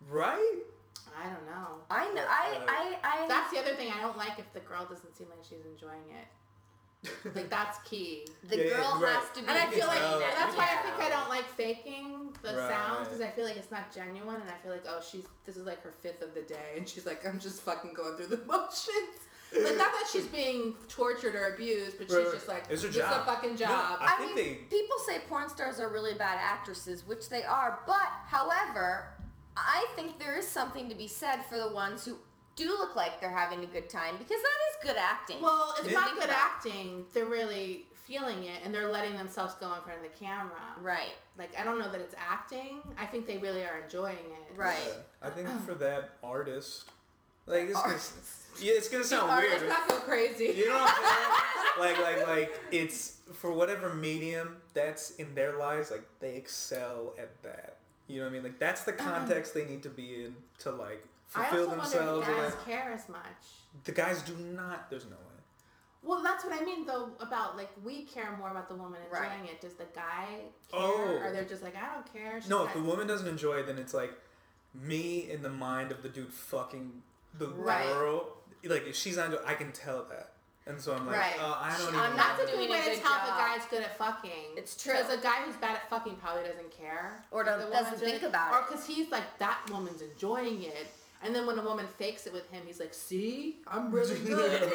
C: right?
B: I don't know.
A: I know. I. I. I.
B: That's the other thing I don't like if the girl doesn't seem like she's enjoying it. Like that's key.
A: the
C: Yeah, yeah,
A: girl
C: right.
A: has to be.
B: And I feel like
C: tell.
A: entertained.
B: that's why I think I don't like faking the
C: Right.
B: sounds because I feel like it's not genuine, and I feel like oh she's this is like her fifth of the day, and she's like I'm just fucking going through the motions. Like not that she's being tortured or abused, but
C: Right,
B: she's
C: right.
B: just like
C: It's her
B: this
C: job."
B: a fucking
C: No,
B: job.
C: I-
A: I
C: think
A: mean,
C: they-
A: people say porn stars are really bad actresses, which they are. But however, I think there is something to be said for the ones who do look like they're having a good time because that is good acting.
B: well, it's
C: Yeah.
B: not
A: Think
B: good
A: about it.
B: acting. They're really feeling it, and they're letting themselves go in front of the camera.
A: right.
B: Like I don't know that it's acting. I think they really are enjoying it.
A: Right.
C: I think for that artist, like it's gonna,
A: Artist.
C: yeah, it's gonna sound
B: Or
C: weird.
B: let's not go crazy.
C: You know what I'm saying? like, like, like, it's for whatever medium that's in their lives, like, they excel at that. You know what I mean? Like, that's the context they need to be in to, like,
B: I
C: fulfill
B: also wonder
C: themselves.
B: if
C: and,
B: guys
C: like,
B: care as much.
C: the guys do not, there's no way.
B: Well, that's what I mean though about like we care more about the woman enjoying
A: Right.
B: it. Does the guy care?
C: Oh.
B: Or they're just like, I don't care. she's
C: No,
B: got-
C: if the woman doesn't enjoy it, then it's like me in the mind of the dude fucking the
A: Right.
C: girl. Like, if she's not, enjoy- I can tell that. And so I'm like,
A: Right.
C: oh, I don't even
A: I'm not
B: That's a
C: know.
B: good
A: doing
B: way
A: a
B: to
A: good
B: tell the
A: job.
B: guy's good at fucking.
A: It's true.
B: Because a guy who's bad at fucking probably doesn't care.
A: Or
B: if
A: don't-
B: the woman's
A: doesn't
B: doing
A: think about
B: Or
A: it.
B: because he's like, that woman's enjoying it. And then when a woman fakes it with him, he's like, see, I'm really good.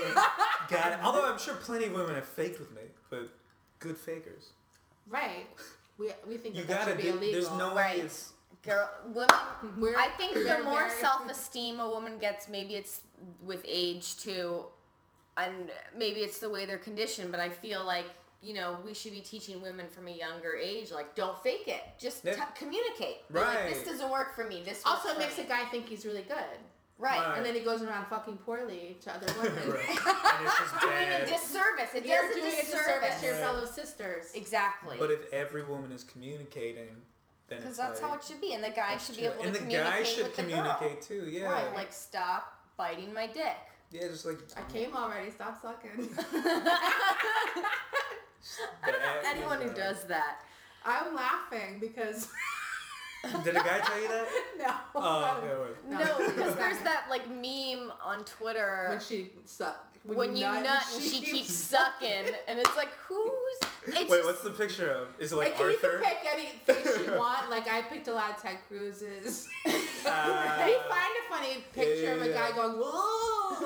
C: Got it. Although I'm sure plenty of women have faked with me, but good fakers.
B: right. We, we think
C: You
B: that, that
C: gotta
B: should be
C: do.
B: illegal.
C: There's no way.
A: Right.
C: It's,
A: Girl, women
B: We're,
A: I think the
B: we're
A: more
B: very-
A: self-esteem a woman gets, maybe it's with age too, and maybe it's the way they're conditioned. But I feel like you know we should be teaching women from a younger age, like don't fake it, just
C: Yeah.
A: t- communicate. Be like,
C: Right.
A: this doesn't work for me. This works
B: Also,
A: for
B: it makes
A: me."
B: a guy think he's really good.
A: right.
C: Right.
B: And then he goes around fucking poorly to other women.
C: right. and it's just
A: A
C: bad.
A: disservice. It
B: You're
A: does
B: doing
A: a
B: a disservice
A: disservice.
B: to your
C: Right.
B: fellow sisters.
A: Exactly.
C: But if every woman is communicating, then
A: Because
C: it's
A: that's
C: like,
A: how it should be, and the guy should be
C: true.
A: able
C: And
A: to
C: the
A: communicate
C: guy should
A: with the girl.
C: communicate too. Yeah.
A: Right. Like stop biting my dick.
C: yeah, just like
B: I came already. Stop sucking.
C: bad,
A: Anyone
C: you
A: who
C: know.
A: does that.
B: I'm laughing because
C: Did a guy tell you that?
B: no.
C: Oh, okay,
A: No,
C: wait.
B: No,
A: because
B: that's
A: there's
B: not-
A: that like meme on Twitter
B: When she sucked.
A: when, you nut, and she, keeps sucking, and it's like who's? It's
C: Wait,
A: just-
C: what's the picture of? Is it
B: Like,
C: like
B: can you
C: Arthur?
B: can pick anything you want. Like I picked a lot of Ted Cruz's.
C: Ah.
B: they find a funny picture of a
C: Yeah.
B: guy going whoa,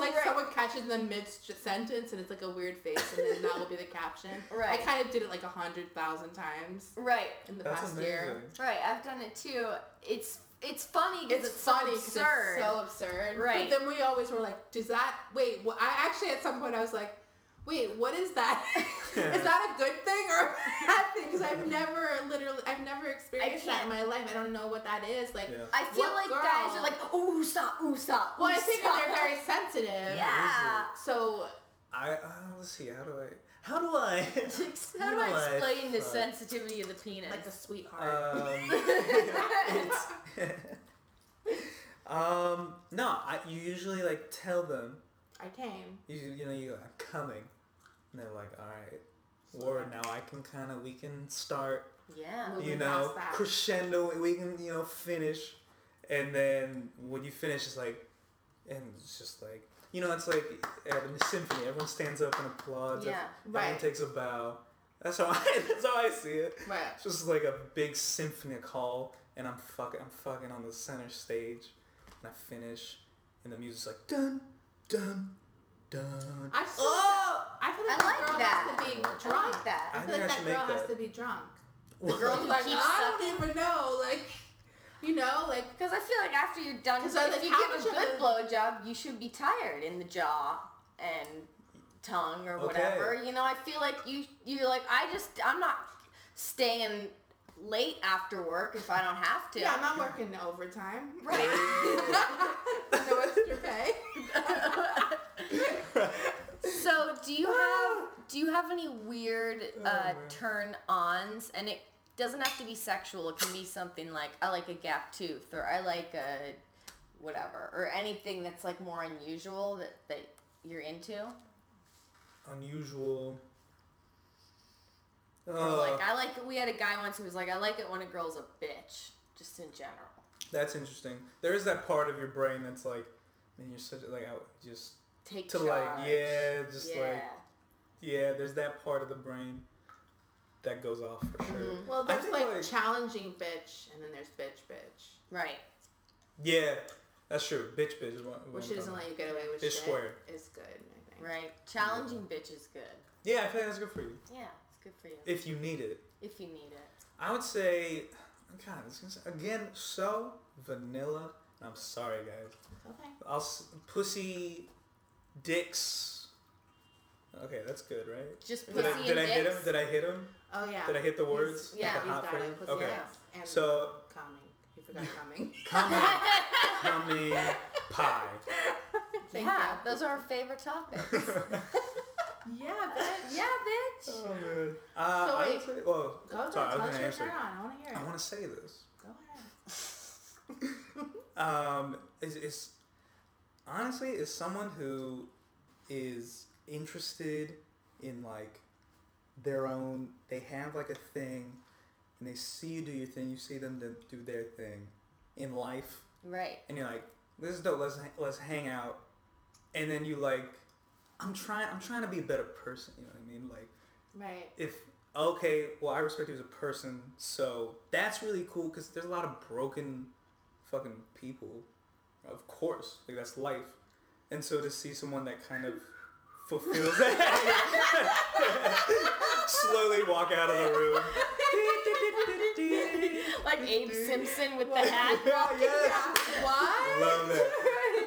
B: like
A: Right.
B: someone catches the mid sentence and it's like a weird face, and then that will be the caption.
A: Right.
B: I kind of did it like a hundred thousand times
A: right?
B: in the
C: That's
B: past
C: amazing.
B: year.
A: Right, I've done it too. It's it's funny because
B: It's,
A: it's, so
B: funny 'cause it's
A: absurd.
B: so absurd.
A: Right.
B: But then we always were like, does that, wait, wh- I actually at some point I was like, wait, what is that? is that a good thing or a bad thing? Because I've never literally, I've never experienced that in my life. I don't know what that is. Like,
C: Yeah.
A: I feel
B: What
A: like
B: girl?
A: guys are like ooh stop, ooh stop.
B: well, I
A: ooh,
B: think
A: stop."
B: they're very sensitive.
A: yeah.
B: So,
C: I I uh, let's see. How do I? How do I?
D: How do I explain the
C: fuck?
D: sensitivity of the penis?
B: Like a sweetheart.
C: Um, it's, um, no, I, you usually like tell them.
B: I came.
C: You you know you go, I'm coming, and they're like, all right. Or now I can kind of we can start
D: yeah.
B: Moving
C: you know
B: past that.
C: crescendo we can you know finish and then when you finish it's like and it's just like you know it's like at a symphony everyone stands up and applauds
D: Yeah,
C: everyone
B: right.
C: takes a bow that's how I that's how I see it
B: Right.
C: it's just like a big symphonic hall and I'm fucking I'm fucking on the center stage and I finish and the music's like dun dun dun
B: I feel,
A: Oh,
B: I feel
D: I
B: like,
D: like
B: that girl
D: that.
B: has to be
D: I like
B: drunk.
D: that.
B: I
C: I
B: feel like
C: think I
B: that
C: should
B: girl
C: make
B: has
C: that.
B: to be drunk.
D: The girl who
B: Like,
D: keeps
B: I
D: sucking.
B: don't even know. Like, you know, like,
A: Because I feel like after you're done,
B: 'Cause
A: if
B: I was like,
A: you
B: how
A: give
B: much
A: a
B: of
A: good
B: the-
A: blowjob, you should be tired in the jaw and tongue or
C: Okay.
A: whatever. You know, I feel like you you're like I just I'm not staying late after work if I don't have to.
B: yeah, I'm not working overtime.
A: right.
B: no extra pay.
A: so do you have do you have any weird uh,
C: Ah. Oh, man.
A: turn ons? And it doesn't have to be sexual. It can be something like I like a gap tooth or I like a whatever or anything that's like more unusual that that you're into.
C: unusual
A: Or,
C: Uh,
A: like I like we had a guy once who was like I like it when a girl's a bitch, just in general.
C: That's interesting. There is that part of your brain that's like, man, you're such a- like I just
A: Take
C: to
A: charge.
C: like yeah, just
A: yeah.
C: like yeah. There's that part of the brain that goes off for sure.
B: Well,
C: I
B: there's
C: think,
B: like,
C: like-
B: challenging bitch, and then there's bitch bitch,
A: right.
C: Yeah, that's true. Bitch, bitch is one.
B: where
C: one
B: she doesn't
C: comment.
B: let you get away with
C: It's
B: shit.
C: square.
B: It's good. I think.
A: Right. Challenging bitch is good.
C: Yeah, I feel like that's good for you
A: Yeah, it's good for you
C: if you need it.
A: if you need it.
C: I would say, God, this is, again so vanilla. I'm sorry, guys.
B: Okay.
C: I'll s- pussy, dicks. Okay, that's good, right?
A: Just
C: Did
A: pussy
C: I,
A: and
C: did I hit him?
A: dicks.
C: Did I hit him?
B: Oh yeah.
C: Did I hit the words?
A: yeah,
C: Like the
B: He's
C: hot
B: got
C: phrase?
B: it. Pussy
C: Okay.
B: ass and
C: So
B: coming. You forgot coming.
C: coming, coming, pie.
B: Thank
A: yeah,
B: you.
A: those are our favorite topics.
B: Yeah, bitch.
A: yeah, bitch.
C: Oh man. Uh,
B: So
C: I
B: wait.
C: would say- well,
B: Go to
C: Sorry, I was
B: Tell
C: gonna
B: us your
C: answer.
B: turn on. I want to hear it.
C: I want to say this.
B: Go ahead.
C: Um, is is honestly is someone who is interested in like their own. They have like a thing, and they see you do your thing. You see them do- do their thing in life.
A: Right.
C: and you're like, "This is dope. Let's let's hang out." And then you like, "I'm trying. I'm trying to be a better person." You know what I mean? Like,
B: Right.
C: if okay, well, I respect you as a person, so that's really cool because there's a lot of broken, fucking people. Of course, like that's life. And so to see someone that kind of fulfills that, slowly walk out of the room.
A: Like Abe Simpson with the hat.
C: yeah, yes.
B: What?
C: Love it.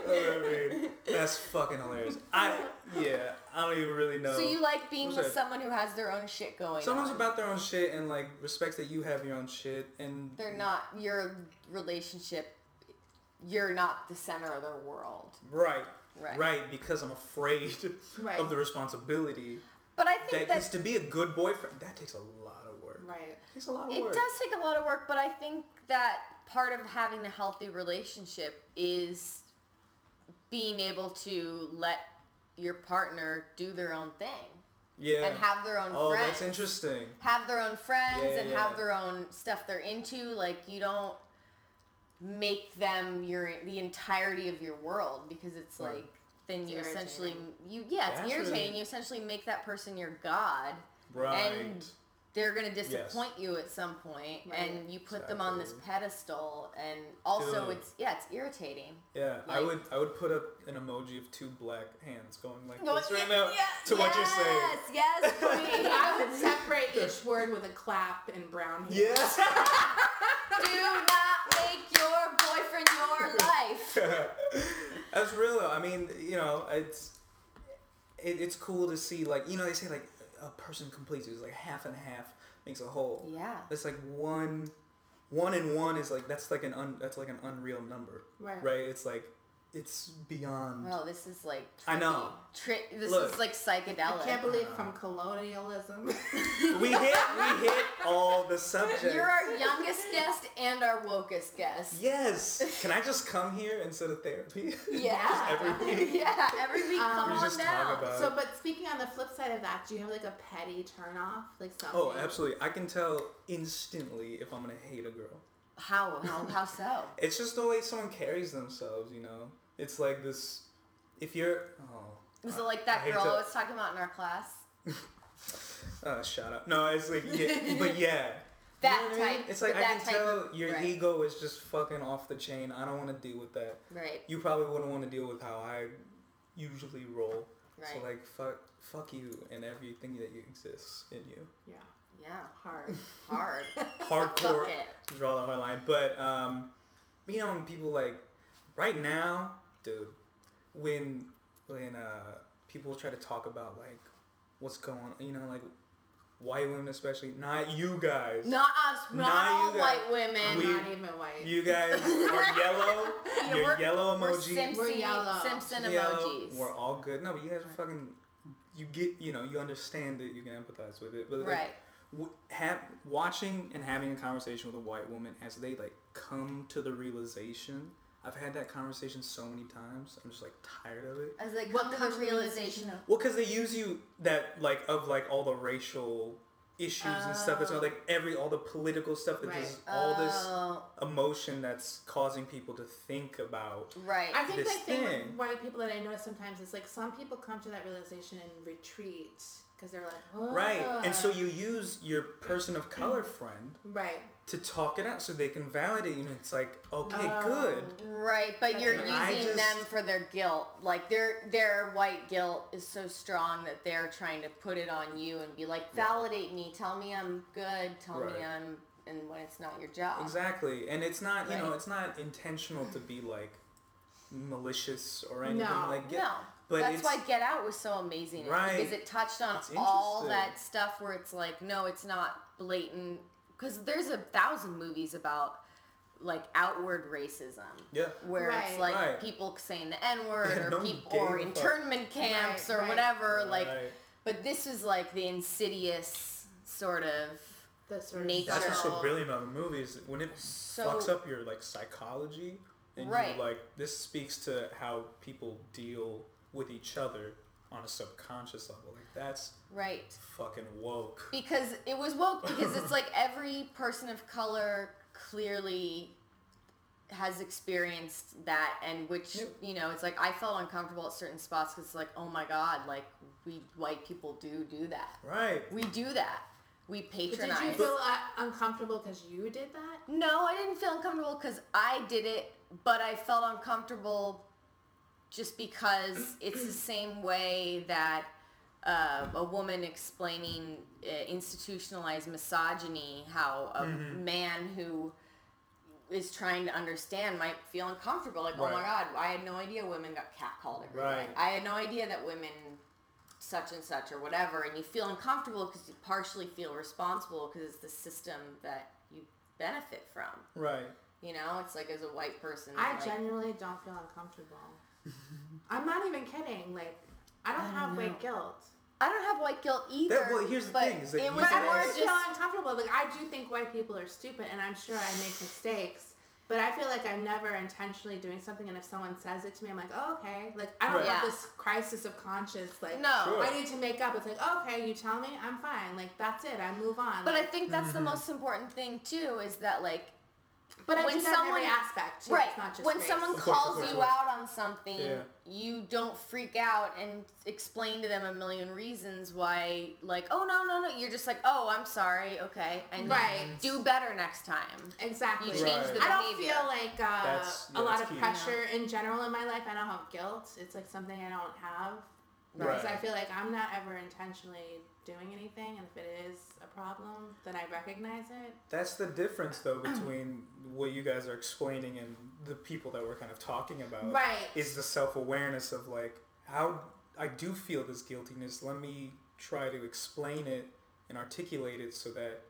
C: Love it. That's fucking hilarious. I yeah. I don't even really know.
A: So you like being
C: Who's
A: with
C: that?
A: someone who has their own shit going
C: Someone's
A: on.
C: about their own shit and like respects that you have your own shit and
A: They're not your relationship. You're not the center of their world.
C: right.
A: Right.
C: because I'm afraid
B: Right.
C: of the responsibility
A: But I
C: that
A: think
C: is
A: that
C: to be a good boyfriend. That takes a lot of work.
B: Right.
C: takes a lot of
A: It
C: work.
A: does take a lot of work, but I think that part of having a healthy relationship is being able to let your partner do their own thing
C: Yeah.
A: and have their own
C: oh,
A: friends.
C: that's interesting.
A: have their own friends
C: Yeah,
A: and
C: yeah.
A: have their own stuff they're into. Like you don't make them your the entirety of your world because it's
C: Right.
A: like then
B: It's
A: you
B: irritating.
A: essentially you yeah it's
C: That's
A: irritating.
C: really-
A: You essentially make that person your god
C: Right.
A: and they're gonna disappoint you at some point
B: Right.
A: and you put them on this pedestal and also
C: Ugh.
A: it's yeah it's irritating
C: Yeah, I
A: Like-
C: would I would put up an emoji of two black hands going like
A: Going,
C: this right
A: "Yes,
C: now
A: yes,
C: to what you're saying.
A: yes yes queen.
B: I would separate each word with a clap and brown hair.
C: Yes.
A: do not make your boyfriend your life
C: That's real. though. I mean, you know, it's it, it's cool to see like you know they say like a person completes it. It's like half and half makes a whole.
A: yeah
C: That's like one, one and one is like that's like an un, that's like an unreal number,
B: Right.
C: right? It's like it's beyond.
A: Oh, this is like.
C: I know.
A: Tri- this
C: Look.
A: is like psychedelic.
B: I can't believe from colonialism.
C: We hit we hit all the subjects.
A: You're our youngest guest and our wokest guest.
C: yes. Can I just come here instead of therapy?
A: Yeah.
C: every week.
A: yeah. Every week,
B: Um,
A: come
B: We
A: on
C: just talk
A: down.
C: about-
B: so, but speaking on the flip side of that, do you have like a petty turnoff, like something?
C: oh, absolutely. I can tell instantly if I'm gonna hate a girl.
A: how? How? How so?
C: It's just the way someone carries themselves, you know. It's like this. If you're oh,
A: Was it like
C: I
A: that
C: hate
A: girl
C: to-
A: I was talking about in our class?
C: oh, shut up. No, it's like yeah, but yeah.
A: That
C: You know what I mean?
A: type.
C: It's like
A: but
C: I
A: that
C: can
A: type
C: tell
A: of-
C: your
A: right,
C: ego is just fucking off the chain. I don't want to deal with that.
A: Right.
C: You probably wouldn't want to deal with how I usually roll.
A: Right.
C: So like fuck fuck you and everything that you exists in you.
B: Yeah,
A: yeah.
B: hard.
A: Hard.
C: Hardcore
A: Fuck it.
C: draw the hard line. But um you know when people like right now, dude, when when uh people try to talk about like what's going on you know, like white women especially, not you guys.
A: Not us. Not,
C: Not you
A: all
C: guys.
A: white women.
C: We-
B: Not even white.
C: You guys are yellow.
A: Yeah,
C: your
A: we're-
C: yellow
A: We're
C: emoji.
A: Simpson,
B: We're yellow.
A: Simpson
C: yellow.
A: emojis.
C: We're all good. No, but you guys are fucking. You get, you know, you understand it. You can empathize with it. But like,
A: right.
C: w- have, watching and having a conversation with a white woman as they like come to the realization. I've had that conversation so many times. I'm just like tired of it.
A: I was like, come
B: What
A: to
B: comes
A: the
B: to
A: realization of
C: Well, because they use you that like of like all the racial issues and stuff. It's
B: Oh.
C: like every all the political stuff that
B: Right.
C: just all this
A: Oh,
C: emotion that's causing people to think about.
A: uh, right.
B: I think
C: this
B: my thing with
C: thing.
B: white people that I notice sometimes is like some people come to that realization and retreat because they're like, oh.
C: Right. And so you use your person of color friend
B: right,
C: to talk it out so they can validate you. And it's like, okay,
B: Oh.
C: good.
A: Right, but you're
B: That's
A: using
C: right. I just-
A: them for their guilt. Like their their white guilt is so strong that they're trying to put it on you and be like, validate me, tell me I'm good, tell
C: Right.
A: me I'm, and when it's not your job.
C: Exactly. And it's not, you know,
A: Right.
C: it's not intentional to be like malicious or anything
B: No.
C: like
A: No,
C: But
A: that's
C: it's,
A: why Get Out was so amazing.
C: Right.
A: because it touched on
C: It's
A: all
C: interesting.
A: that stuff where it's like, no, it's not blatant. Because there's a thousand movies about like outward racism.
C: yeah.
A: where it's
B: Right.
A: like
C: Right.
A: people saying the N word
C: Yeah,
A: or
C: no one
A: people
C: gave
A: or
C: a fuck.
A: internment camps
B: Right,
A: or
B: right.
A: whatever. Like,
C: Right.
A: but this was like the insidious sort of
B: the sort of
A: Nature.
C: that's what's so
B: subtle-
C: brilliant about the movie is when it
A: So-
C: fucks up your like psychology and
A: Right.
C: you like this speaks to how people deal with each other on a subconscious level. Like that's
A: right
C: fucking woke.
A: because it was woke because it's like every person of color clearly has experienced that and which
C: Yep.
A: you know it's like I felt uncomfortable at certain spots because it's like oh my god like we white people do do that
C: Right.
A: we do that we
B: But did
A: patronize
B: you feel uh, uncomfortable because you did that?
A: No, I didn't feel uncomfortable because I did it, but I felt uncomfortable just because it's the same way that uh, a woman explaining uh, institutionalized misogyny, how a man who is trying to understand might feel uncomfortable. Like, oh my God,
C: Right.
A: I had no idea women got catcalled every day.
C: Right.
A: I had no idea that women such and such or whatever and you feel uncomfortable because you partially feel responsible because it's the system that you benefit from
C: Right.
A: you know it's like as a white person
B: I
A: like,
B: genuinely don't feel uncomfortable. I'm not even kidding. Like, I don't have white guilt.
A: I don't have white guilt either
C: That- well, here's the
A: but
C: thing, is that
A: it
C: you
A: was
B: But
C: can
B: I
A: more
B: don't
C: ask-
A: just
B: feel uncomfortable. Like I do think white people are stupid, and I'm sure I make mistakes. But I feel like I'm never intentionally doing something, and if someone says it to me, I'm like, oh, okay. Like I don't
C: Right.
B: have
A: Yeah.
B: this crisis of conscience. Like
A: no
C: Sure.
B: I need to make up. It's like okay, you tell me, I'm fine. Like that's it. I move on.
A: but I
B: Like,
A: think that's
C: Mm-hmm.
A: the most important thing too is that like
B: but I
A: when
B: do that in every
A: someone-
B: aspect. Too.
A: right
B: It's not just
A: when
B: race.
A: someone
C: Of course, of
A: calls
C: course,
A: you
C: of course.
A: out on something
C: Yeah.
A: you don't freak out and explain to them a million reasons why like oh no no no you're just like oh I'm sorry okay and
B: Right.
A: do better next time You
B: Exactly.
A: change
C: Right.
A: the
B: I don't
A: behavior.
B: feel like uh,
C: That's- yeah,
B: a lot
C: that's
B: of
C: key.
B: pressure in general in my life. I don't have guilt. It's like something I don't have. Because I
C: Right.
B: feel like I'm not ever intentionally doing anything, and if it is a problem, then I recognize it.
C: That's the difference, though, between what you guys are explaining and the people that we're kind of talking about.
B: Right.
C: Is the self awareness of like how I do feel this guiltiness. Let me try to explain it and articulate it so that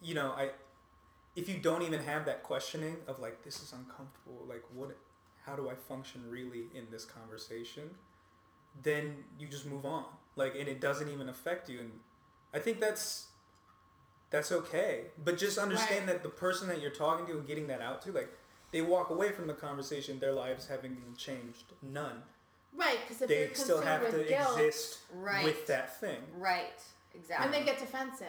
C: you know I. If you don't even have that questioning of like this is uncomfortable, like what, how do I function really in this conversation? Then you just move on. Like, and it doesn't even affect you. And I think that's that's okay. But just understand that the person that you're talking to and getting that out to, like, they walk away from the conversation, their lives having changed none.
B: Right, because if
C: they
B: you're
C: still
B: consumed
C: have
B: with
C: to
B: guilt,
C: exist
A: Right.
C: with that thing.
A: Right. Exactly.
B: and they get defensive,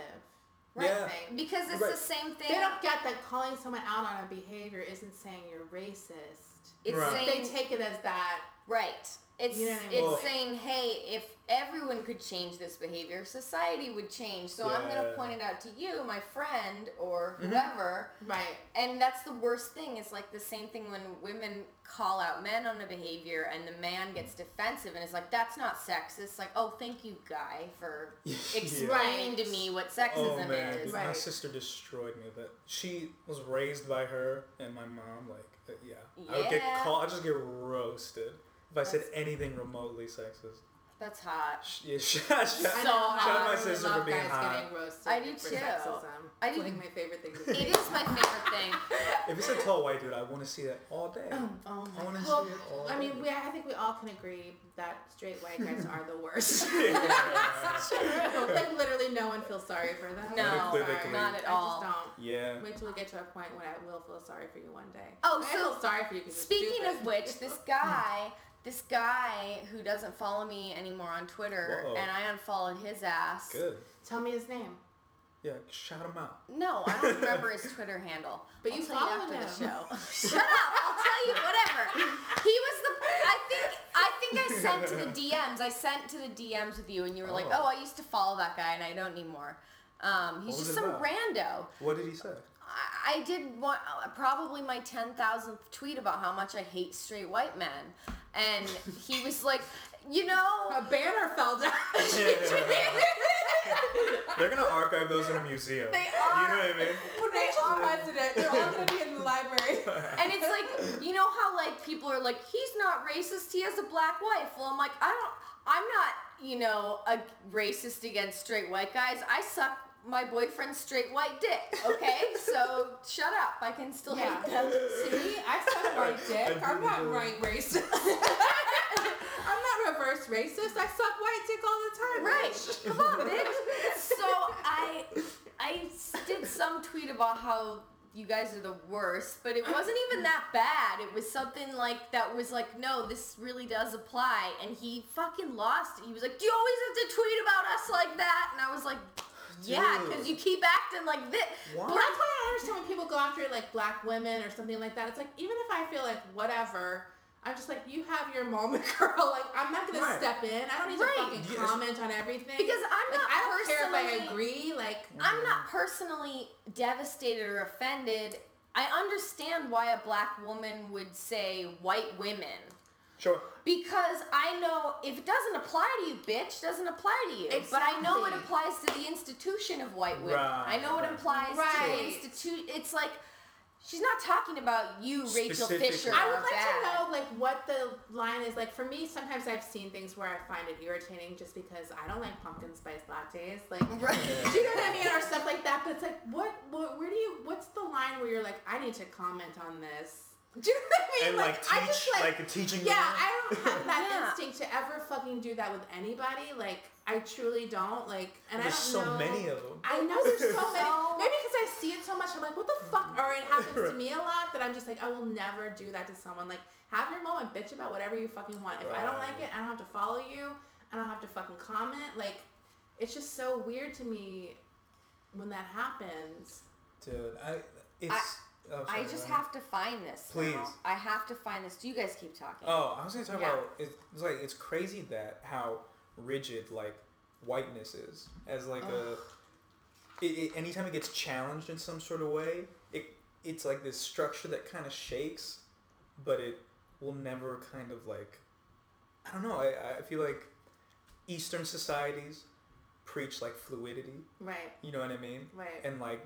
B: right?
C: Yeah.
B: Thing.
A: because it's
C: Right.
A: the same thing.
B: They don't get that calling someone out on a behavior isn't saying you're racist.
A: It's
B: They
C: Right.
A: saying
B: take it as that.
A: right. It's
B: You know what I
A: it's
C: mean? Well-
A: saying, hey, if everyone could change this behavior, society would change. So I'm going to
C: Yeah. Mm-hmm.
A: point it out to you, my friend, or whoever.
B: Right.
A: And that's the worst thing. It's like the same thing when women call out men on a behavior and the man gets defensive and is like, that's not sexist. Like, oh, thank you, guy, for
C: Yeah.
A: explaining to me what sexism
C: Oh man,
A: is.
C: my
B: Right.
C: sister destroyed me. But she was raised by her and my mom. Like, uh, yeah, I would get
A: Yeah.
C: called. I just get roasted if I said
A: That's-
C: anything remotely sexist.
A: That's hot.
C: Sh- Yeah, shout, shout,
B: I
A: So
B: know
A: hot.
B: how
A: Shout out
B: I
A: my
B: really
C: sister
B: love
C: for being
B: guys
C: hot.
B: Getting roasted
A: I do
B: for
A: too.
B: Sexism.
A: I
B: It's
A: do-
B: Like my favorite thing to do.
A: It is my favorite thing.
C: If it's a tall white dude, I want to see that all day.
B: Oh
C: I
B: my
C: wanna
B: god.
C: see it all
B: I mean,
C: over.
B: we, I think we all can agree that straight white guys are the worst.
C: yeah.
B: like literally, no one feels sorry for them.
A: No,
C: Unequivocally.
B: Sorry.
A: not at
B: I
A: all.
B: just don't.
C: Yeah.
B: Wait till we get to a point when I will feel sorry for you one day.
A: Oh,
B: I
A: so
B: feel sorry for you. 'cause you're
A: Speaking
B: stupid.
A: of which, this guy, this guy who doesn't follow me anymore on Twitter,
C: Whoa.
A: and I unfollowed his ass.
C: Good.
B: tell me his name.
C: Yeah, shout him out.
A: No, I don't remember his Twitter handle.
B: But
A: I'll
B: you
A: tell
B: followed
A: after
B: him.
A: the show. Shut up! I'll tell you whatever. He was the. I think. I think I sent to the DMs. I sent to the DMs with you, and you were like,
C: Oh.
A: "Oh, I used to follow that guy, and I don't anymore." Um, he's
C: What was
A: just
C: it
A: some
C: about?
A: rando.
C: What did he say?
A: I, I did one, uh, probably my 10,000th tweet about how much I hate straight white men. And he was like, you
B: A
A: know,
B: banner fell down.
C: They're gonna archive those in a museum.
A: They
C: You know
A: are.
C: what I mean?
B: Rachel's president. They're all gonna be in the library.
A: and it's like, you know how like people are like, he's not racist, he has a black wife. Well, I'm like, I don't, I'm not, you know, a racist against straight white guys. I suck my boyfriend's straight white dick, okay? so shut up, I can still
B: Yeah.
A: hate them.
B: See, I suck my dick. I'm not right racist. I'm not reverse racist. I suck white dick all the time.
A: Right. Come on, bitch. So I I s- did some tweet about how you guys are the worst, but it wasn't even that bad. It was something like that was like, no, this really does apply. And he fucking lost it. He was like, Do you always have to tweet about us like that? And I was like, Yeah, because you keep acting like this.
C: Why?
B: Well, that's why I don't understand when people go after like black women or something like that. It's like even if I feel like whatever, I'm just like you have your moment, girl. Like I'm not gonna
C: Right.
B: step in. I don't need
A: Right.
B: to fucking
C: Yes.
B: comment on everything
A: Because I'm
B: like,
A: not
B: I don't
A: personally
B: care if I agree. Like
A: I'm not
C: Mm-hmm.
A: personally devastated or offended. I understand why a black woman would say white women.
C: Sure.
A: Because I know if it doesn't apply to you, bitch, doesn't apply to you. But I know it
B: Exactly.
A: applies to the institution of white women.
C: Right,
A: I know it
C: right.
A: applies
B: Right.
A: to the institute. It's like she's not talking about you, Rachel
C: Specifically.
A: Fisher.
B: I
A: are
B: would like
A: bad.
B: to know like what the line is. Like for me, sometimes I've seen things where I find it irritating just because I don't like pumpkin spice lattes. Like
A: Right.
B: do you know what I mean or stuff like that. But it's like what, what where do you what's the line where you're like I need to comment on this. Do you know what I mean?
C: And like, teach,
B: I just like,
C: like, a teaching
B: Yeah,
C: moment.
B: I don't have that
A: Yeah.
B: instinct to ever fucking do that with anybody. Like, I truly don't. Like, and
C: There's
B: I
C: so
B: don't know.
C: many of them.
B: I know there's so many.
A: So-
B: Maybe because I see it so much, I'm like, what the fuck? Or it happens to me a lot that I'm just like, I will never do that to someone. Like, have your moment, bitch about whatever you fucking want. If I don't like it, I don't have to follow you. I don't have to fucking comment. Like, it's just so weird to me when that happens.
C: Dude, I it's. oh,
A: I
C: sorry,
A: just
C: Ryan.
A: have to find this. now.
C: Please.
A: I have to find this. Do you guys keep talking?
C: Oh, I was gonna talk
A: Yeah.
C: about it's, it's like it's crazy that how rigid like whiteness is as like a. It, it, anytime it gets challenged in some sort of way, it it's like this structure that kind of shakes, but it will never kind of like. I don't know. I, I feel like Eastern societies preach like fluidity.
B: Right,
C: You know what I mean?
B: right.
C: and like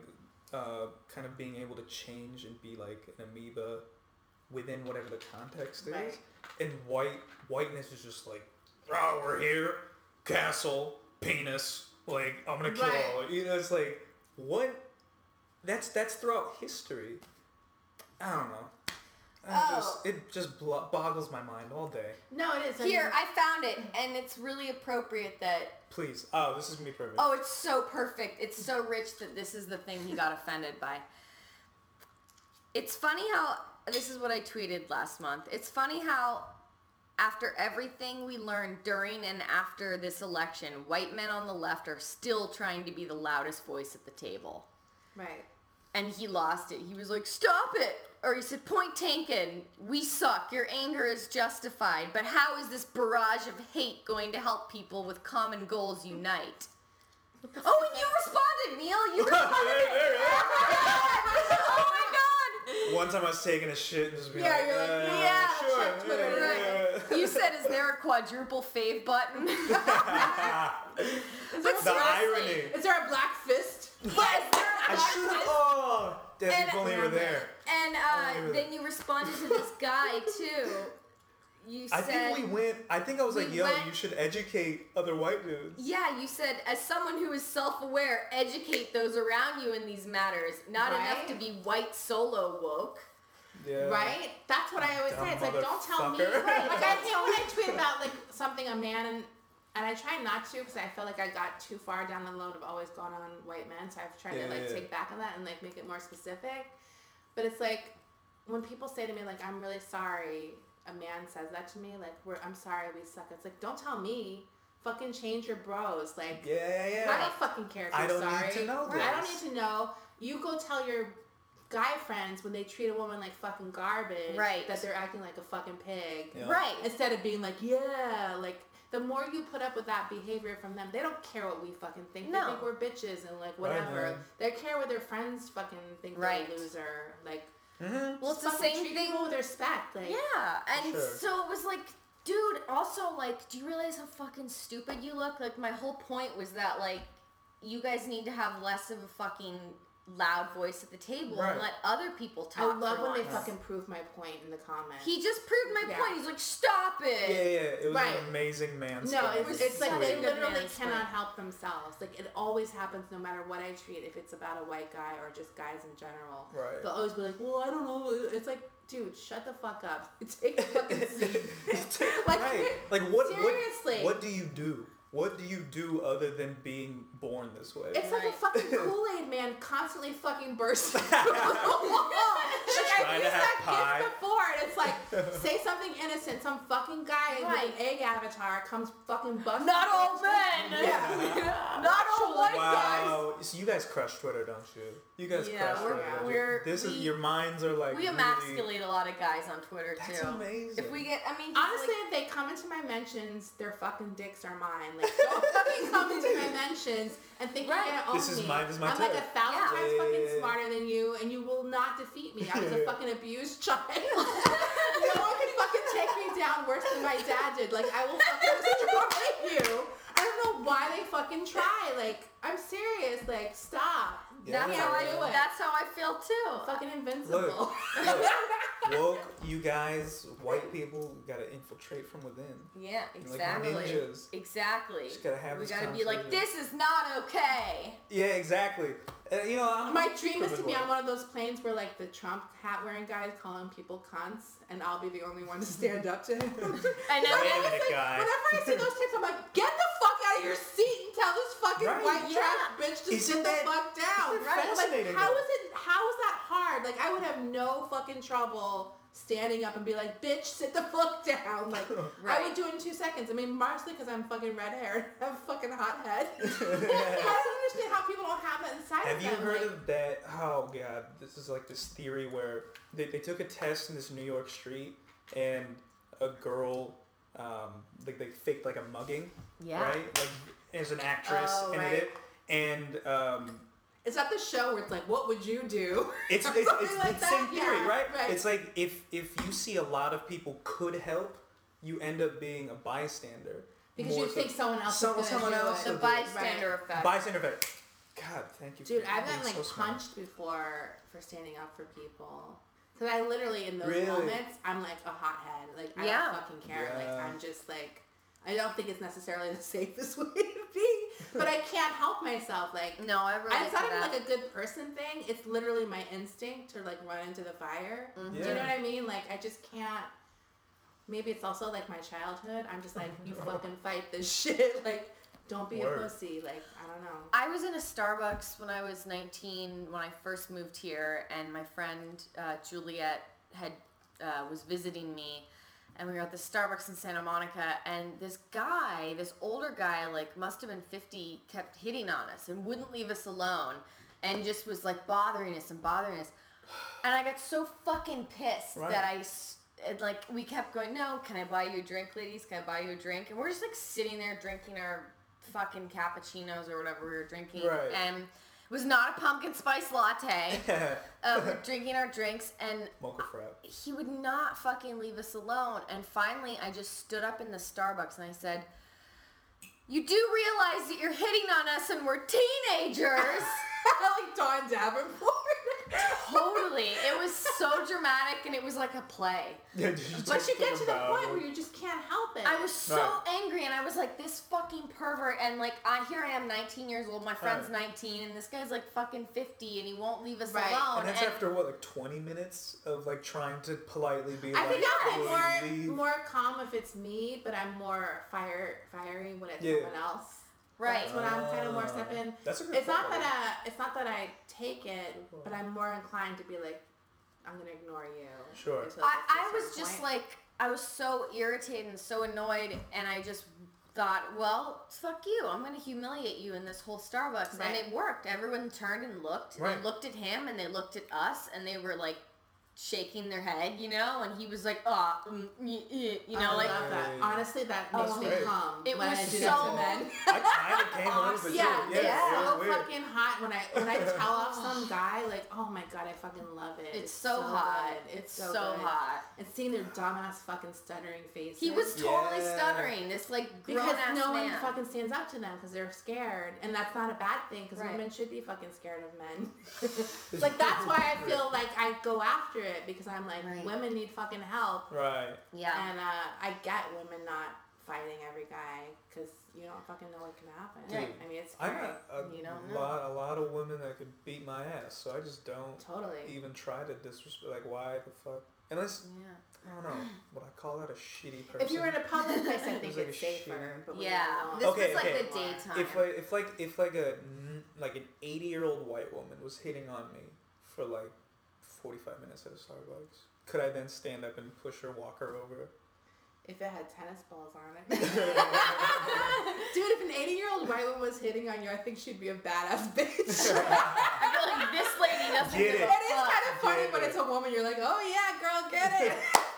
C: uh, kind of being able to change and be like an amoeba within whatever the context is.
B: Right.
C: And white whiteness is just like, oh, we're here, castle, penis, like I'm gonna kill
B: Right.
C: all. of You You know, it's like what? That's that's throughout history. I don't know. I
A: Oh.
C: just- it just blo- boggles my mind all day.
B: No, it is. I
A: Here,
B: mean,
A: I found it, and it's really appropriate that.
C: Please. Oh, this is me perfect.
A: Oh, it's so perfect. It's so rich that this is the thing he got offended by. It's funny how. This is what I tweeted last month. It's funny how, after everything we learned during and after this election, white men on the left are still trying to be the loudest voice at the table.
B: right.
A: and he lost it. He was like, "Stop it!" Or he said, "Point taken. We suck. Your anger is justified. But how is this barrage of hate going to help people with common goals unite?" oh, and you responded, Neil. You responded. oh my god!
C: One time I was taking a shit and just be
B: Yeah,
C: like,
B: you're like,
C: uh,
A: yeah,
C: sure,
B: check Twitter,
C: yeah, yeah.
A: You said, "Is there a quadruple fave button?" but
C: the
A: seriously,
C: irony.
B: Is there a black fist?
A: but is there a
C: I
A: black
C: should.
A: fist?
C: Oh, Desi,
A: And-
C: if only you were there.
A: And
C: I
A: uh,
C: really-
A: then you responded to this guy too. You
C: I
A: said,
C: think we went. I think I was
A: We
C: like, yo,
A: went-
C: you should educate other white dudes.
A: Yeah, you said, as someone who is self aware, educate those around you in these matters. Not enough
B: Right.
A: to be white solo woke.
C: Yeah.
B: Right? That's what I always
C: Dumb
B: say. It's like, don't tell me.
C: motherfucker.
B: Right. Like, I, you know, when I tweet about, like, something a man, and, and I try not to because I feel like I got too far down the road of always going on white men. So I've tried
C: Yeah,
B: to, like,
C: yeah, yeah.
B: take back on that and, like, make it more specific. But it's like, when people say to me, like, I'm really sorry, a man says that to me, like, we're, I'm sorry, we suck. It's like, don't tell me. Fucking change your bros. Like,
C: Yeah, yeah, yeah.
B: I don't fucking care if
C: I
B: you're
C: don't
B: sorry.
C: need to know
B: Right, I
C: this.
B: don't need to know. You go tell your guy friends when they treat a woman like fucking garbage
A: Right.
B: that they're acting like a fucking pig.
C: Yeah.
A: Right.
B: Instead of being like, yeah, like the more you put up with that behavior from them, they don't care what we fucking think.
A: No.
B: They think we're bitches and like
C: Right,
B: whatever.
C: man.
B: They care what their friends fucking think
A: Right.
B: they're a loser. Like
C: Mhm.
A: Well, it's the
B: fucking
A: same
B: treat
A: thing.
B: people with respect. Like
A: Yeah, and
C: Sure.
A: so it was like, dude. Also, like, do you realize how fucking stupid you look? Like, my whole point was that like, you guys need to have less of a fucking loud voice at the table
C: Right.
A: and let other people talk.
B: I love
A: for
B: when they
A: once.
B: fucking prove my point in the comments.
A: He just proved my
B: Yeah.
A: point. He's like, stop it.
C: Yeah, yeah. It was
B: Right.
C: an amazing man.
B: No,
C: story.
B: it's, it's like
A: such
B: they
A: a good
B: literally
A: man's
B: cannot
A: work.
B: help themselves. Like it always happens, no matter what I treat. If it's about a white guy or just guys in general,
C: Right.
B: They'll always be like, "Well, I don't know." It's like, dude, shut the fuck up. Take a fucking seat. Like-
C: right. Like what?
B: Seriously.
C: What, what do you do? What do you do other than being born this way?
B: It's like a
A: Right.
B: fucking Kool Aid man constantly fucking bursting through the wall. Like
C: trying
B: I've
C: to
B: used
C: have
B: that
C: pie.
B: gift before, and it's like, say something innocent. Some fucking guy
A: Right.
B: with an egg avatar comes fucking busting.
A: Not all men.
B: Yeah.
A: Not all white guys.
C: wow. So you guys crush Twitter, don't you? You guys
A: Yeah,
C: crush
A: we're-
C: Twitter. don't you?
A: we're-
C: this
A: we-
C: is your minds are like
A: We
C: really-
A: emasculate a lot of guys on Twitter
C: That's
A: too.
C: amazing.
A: If we get, I mean, he's
B: Honestly,
A: like-
B: if they come into my mentions, their fucking dicks are mine. Like, don't fucking come into my mentions and think
A: Right.
B: you're gonna own
C: This is
B: me.
C: mine, this is my
B: I'm like
C: turf.
B: a thousand
A: Yeah.
B: times
C: Yeah,
B: fucking
C: yeah, yeah.
B: smarter than you, and you will not defeat me. I was
C: Yeah.
B: a fucking abused child. no one can fucking take me down worse than my dad did. Like, I will fucking destroy you. I don't know why they fucking try. Like, I'm serious. Like, stop.
C: Yeah.
A: that's how I
B: do it.
A: that's how I feel too.
B: Fucking invincible.
C: Look. woke, you guys, white people, you gotta infiltrate from within.
A: Yeah,
C: Like
A: exactly.
C: ninjas.
A: exactly.
C: Just gotta have
A: we
C: this
A: gotta be like,
C: conversation.
A: this is not okay.
C: Yeah, exactly. Uh, you know, I'm,
B: My dream is to be
C: privileged
B: on one of those planes where like the Trump hat wearing guy is calling people cunts, and I'll be the only one to stand up to him.
A: And
C: Wait
A: then
C: a minute, guy.
B: Whenever I see those tips, I'm like, get the fuck out of your seat and tell this fucking
C: Right.
B: white
A: Yeah.
B: trash bitch to
C: Isn't
B: sit
C: that-
B: the fuck down.
C: isn't that
B: Right? I'm like,
C: fascinating,
B: how
C: though?
B: is it? How is that hard? Like, I would have no fucking trouble standing up and be like, bitch, sit the fuck down. Like, I
A: Right.
B: would do it in two seconds. I mean, mostly because I'm fucking red haired, I have a fucking hot head. I don't understand how people don't have that inside
C: Have
B: of
C: you
B: them.
C: heard
B: like,
C: of that? Oh god, this is like this theory where they, they took a test in this New York street and a girl, um, like they faked like a mugging,
A: Yeah.
C: right? Like as an actress
B: Oh,
C: and
B: right.
C: it, and um,
B: Is that the show where it's like, what would you do?
C: it's it's,
B: Something
C: it's the
B: like
C: same
B: that,
C: theory,
B: yeah,
C: right?
B: right.
C: It's like if if you see a lot of people could help, you end up being a bystander
B: Because
C: more
B: you
C: so-
B: think someone else
C: Some-
B: is gonna
C: someone
B: do
C: else
B: it.
A: the
C: would-
A: bystander effect.
C: bystander effect. God, thank you.
B: Dude,
C: for
B: I've
C: being
B: gotten like
C: so smart.
B: punched before for standing up for people. Cause I literally in those
C: Really?
B: moments I'm like a hothead. Like I
A: Yeah.
B: don't fucking care.
C: Yeah.
B: Like I'm just like I don't think it's necessarily the safest way to be. but I can't help myself. Like
A: No, I relate
B: it's not
A: to
B: even
A: that.
B: like a good person thing. It's literally my instinct to like run into the fire.
A: Mm-hmm.
B: Do you know
E: Yeah.
B: what I mean? Like I just can't. Maybe it's also like my childhood. I'm just like you fucking fight this shit. Like don't be
C: Word.
B: a pussy. Like I don't know.
A: I was in a Starbucks when I was 19 when I first moved here, and my friend uh, Juliet had uh, was visiting me, and we were at the Starbucks in Santa Monica, and this guy, this older guy, like must have been 50, kept hitting on us and wouldn't leave us alone, and just was like bothering us and bothering us, and I got so fucking pissed
C: Right.
A: that I. s- and, like we kept going, no, can I buy you a drink, ladies? Can I buy you a drink? And we're just like sitting there drinking our fucking cappuccinos or whatever we were drinking,
E: Right.
A: and it was not a pumpkin spice latte. uh, we're drinking our drinks, and
E: Mocha frap.
A: he would not fucking leave us alone. And finally, I just stood up in the Starbucks and I said, "You do realize that you're hitting on us, and we're teenagers."
B: like Dawn Davenport.
A: totally, it was so dramatic, and it was like a play.
E: Yeah, just
B: But you get to the
E: about-
B: point where you just can't help it.
A: I was so
E: Right.
A: angry, and I was like, "This fucking pervert!" And like, I here I am, 19 years old. My friend's 19, and this guy's like fucking 50, and he won't leave us
B: Right.
A: alone.
C: And that's
A: and-
C: after what, like twenty minutes of like trying to politely be
B: I
C: like,
B: think
C: "Will
B: I'll
C: you
B: be
C: leave?"
B: more more calm if it's me, but I'm more fire fiery when it's
E: Yeah.
B: someone else.
A: right.
B: That's when I'm kind of more
C: Ah,
B: step in.
C: That's a good
B: It's not
C: point.
B: that I, it's not that I take it, but I'm more inclined to be like, I'm gonna ignore you.
C: Sure.
B: until
A: I,
B: it gets to a
A: I was
B: certain
A: just
B: point.
A: like, I was so irritated and so annoyed, and I just thought, well, fuck you. I'm going to humiliate you in this whole Starbucks. And
B: Right.
A: it worked. Everyone turned and looked.
C: Right.
A: They looked at him and they looked at us, and they were like, shaking their head, you know, and he was like, ah, mm, mm, mm," you know,
B: I
A: like,
B: love that.
C: Yeah.
B: honestly, that makes
C: Oh.
B: me
C: Great.
B: calm.
A: It
B: when
A: was
B: I do
A: so-
B: that to men.
C: I kind of came a little bit
B: Yeah, oh,
C: too.
B: it's
C: it was
B: so
C: weird.
B: fucking hot when I when I tell off some guy like, oh my god, I fucking love it.
A: it's, so, hot.
B: good.
A: It's so, hot.
B: And seeing their dumbass fucking stuttering faces.
A: He was totally
C: Yeah.
A: stuttering. This like grown
B: because
A: ass
B: no
A: man.
B: one fucking stands up to them because they're scared, and that's not a bad thing because
A: Right.
B: women should be fucking scared of men. like that's why I feel like I go after it because I'm like
A: Right.
B: women need fucking help,
C: Right.
A: yeah.
B: and uh, I get women not fighting every guy because you don't fucking know what can happen.
C: Dude,
B: I mean, it's
C: I
B: scary.
C: got a
A: You don't know.
C: lot, a lot of women that could beat my ass, so I just don't
B: totally.
C: even try to disrespect. Like, why the fuck? Unless
A: yeah.
C: I don't know, would I call that a shitty person?
B: If you were in a public place, I think
C: It's like
B: it's
C: a
B: safer.
C: shooting.
B: But when
A: Yeah.
B: you're alone,
A: This
C: Okay,
A: was like
C: okay.
A: the daytime.
C: if like if like if like a n- like an eighty year old white woman was hitting on me for like forty five minutes at a Starbucks, could I then stand up and push her, walk her over?
B: If it had tennis balls on it. Dude, if an 80 year old white woman was hitting on you, I think she'd be a badass bitch.
A: I feel like this lady doesn't
C: Get
A: give
C: it.
A: a
B: It is
A: fuck.
B: kind of funny
C: Yeah.
B: when it's a woman. You're like, oh yeah, girl, get it.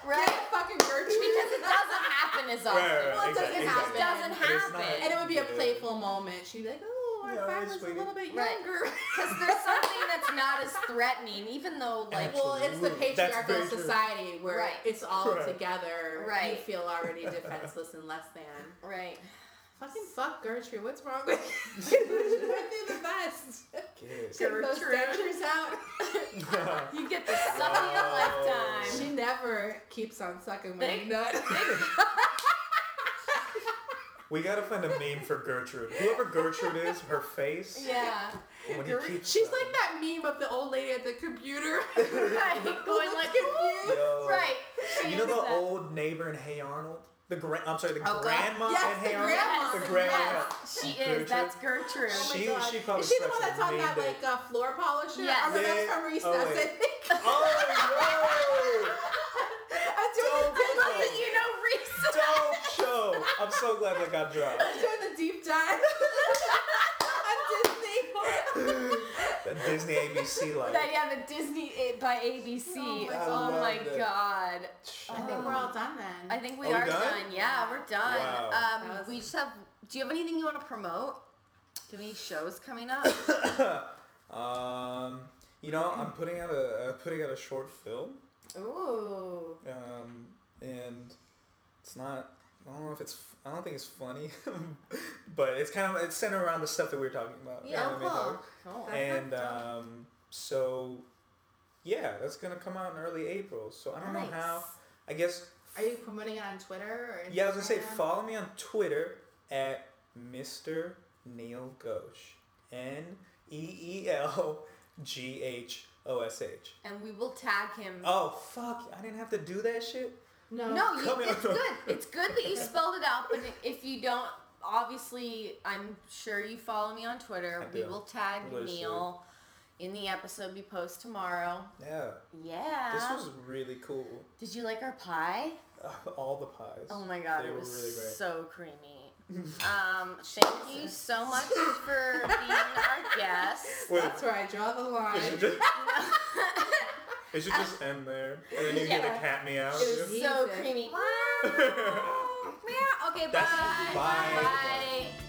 A: Right.
B: Get it, fucking Gertrude.
A: because it doesn't happen as often.
C: Right, right,
B: Well, it doesn't
A: It
C: exactly,
A: just
C: exactly.
A: doesn't
B: happen.
C: It's not-
A: happen.
B: and it would be a
C: Yeah.
B: playful moment. She'd be like, oh, our
C: Yeah, I
B: friend
C: just
B: was a
C: waited.
B: little bit
A: Right.
B: younger.
A: Because there's something that's not as threatening, even though like
C: Absolutely.
B: Well, it's the
C: Absolutely. That's
B: patriarchal
C: very true.
B: society where
A: Right.
B: it's all
C: Right.
B: together. You
A: Right.
B: feel already defenseless and less than.
A: right.
B: Fucking fuck Gertrude. What's wrong with you? Gertrude went through the best.
C: Yes.
B: Take those
A: Gertrude.
B: dentures out.
A: You get the suck of your
C: Wow.
A: lifetime.
B: She never keeps on sucking my
A: They-
B: nut.
C: we gotta find a meme for Gertrude. Whoever Gertrude is, her face
A: Yeah.
C: when he keeps.
B: She's
C: um,
B: like that meme of the old lady at the computer. "Oh,
A: Right. Going like "Ooh."
C: Yo.
A: Right. She
C: You know
A: is
C: the
A: that.
C: old neighbor in Hey Arnold? The gra- I'm sorry, the
B: Oh, God.
C: grandma
B: Yes,
C: in
B: the
C: Hey Arnold?
B: grandma.
C: The grandma.
A: Yes, she
C: Gertrude.
A: is. That's Gertrude.
C: Oh
B: my
C: She-
B: God.
C: she probably
B: Is she the one
C: sucks
B: that's on
C: a
B: that
C: mean
B: like uh, floor polisher?
A: Yes.
B: I remember
C: Yeah.
B: that's from
C: Oh,
B: Recess. I
C: wait.
B: think I'm
C: Oh,
B: doing,
C: Don't
B: the,
A: I love that you know
C: yo!
A: Reese.
C: Dope show! I'm so glad that got dropped.
B: I'm doing the deep dive on Disney.
C: The Disney ABC life.
A: That, yeah, the Disney A- by ABC.
B: Oh my
A: Oh
C: God.
A: my
C: I love it.
A: god.
B: I think we're all done then.
A: I think we
C: Are we
A: are
C: done?
A: done? Yeah, we're done.
C: Wow.
A: Um,
B: That was-
A: we just have. Do you have anything you want to promote? Do you have any shows coming up?
C: Um, you know, I'm putting out a uh, putting out a short film,
B: Ooh.
C: um, and it's not. I don't know if it's. I don't think it's funny, but it's kind of it's centered around the stuff that we were talking about. you
B: Yeah,
C: know what I mean?
B: cool.
C: Like,
A: cool.
B: That
C: and
B: sounds
C: um, so yeah that's gonna come out in early april so i don't know how
B: Nice.
C: i guess
B: Are you promoting it on Twitter or
C: yeah i was gonna say
B: Instagram?
C: follow me on twitter at mr Neil Ghosh. N E E L G H O S H.
A: And we will tag him.
C: Oh fuck! I didn't have to do that shit.
B: No.
A: no,
C: Come
A: you,
C: here.
A: it's good. It's good that you spelled it out, but if you don't, obviously, I'm sure you follow me on Twitter.
C: I
A: We
C: do.
A: will tag
C: What a
A: Neil in the episode we post tomorrow.
C: Yeah.
A: Yeah.
C: This was really cool.
A: Did you like our pie?
C: Uh, all the pies.
A: Oh my god,
C: they
A: it
C: were
A: was
C: really great.
A: so creamy. um, thank you so much for being our guest.
C: Wait,
B: That's where I draw the
C: it
B: line.
C: should just, it should just end there, and then you get a cat meow.
A: It was so
B: Jesus.
A: creamy. Meow. Okay, bye.
C: That's- bye.
A: Bye.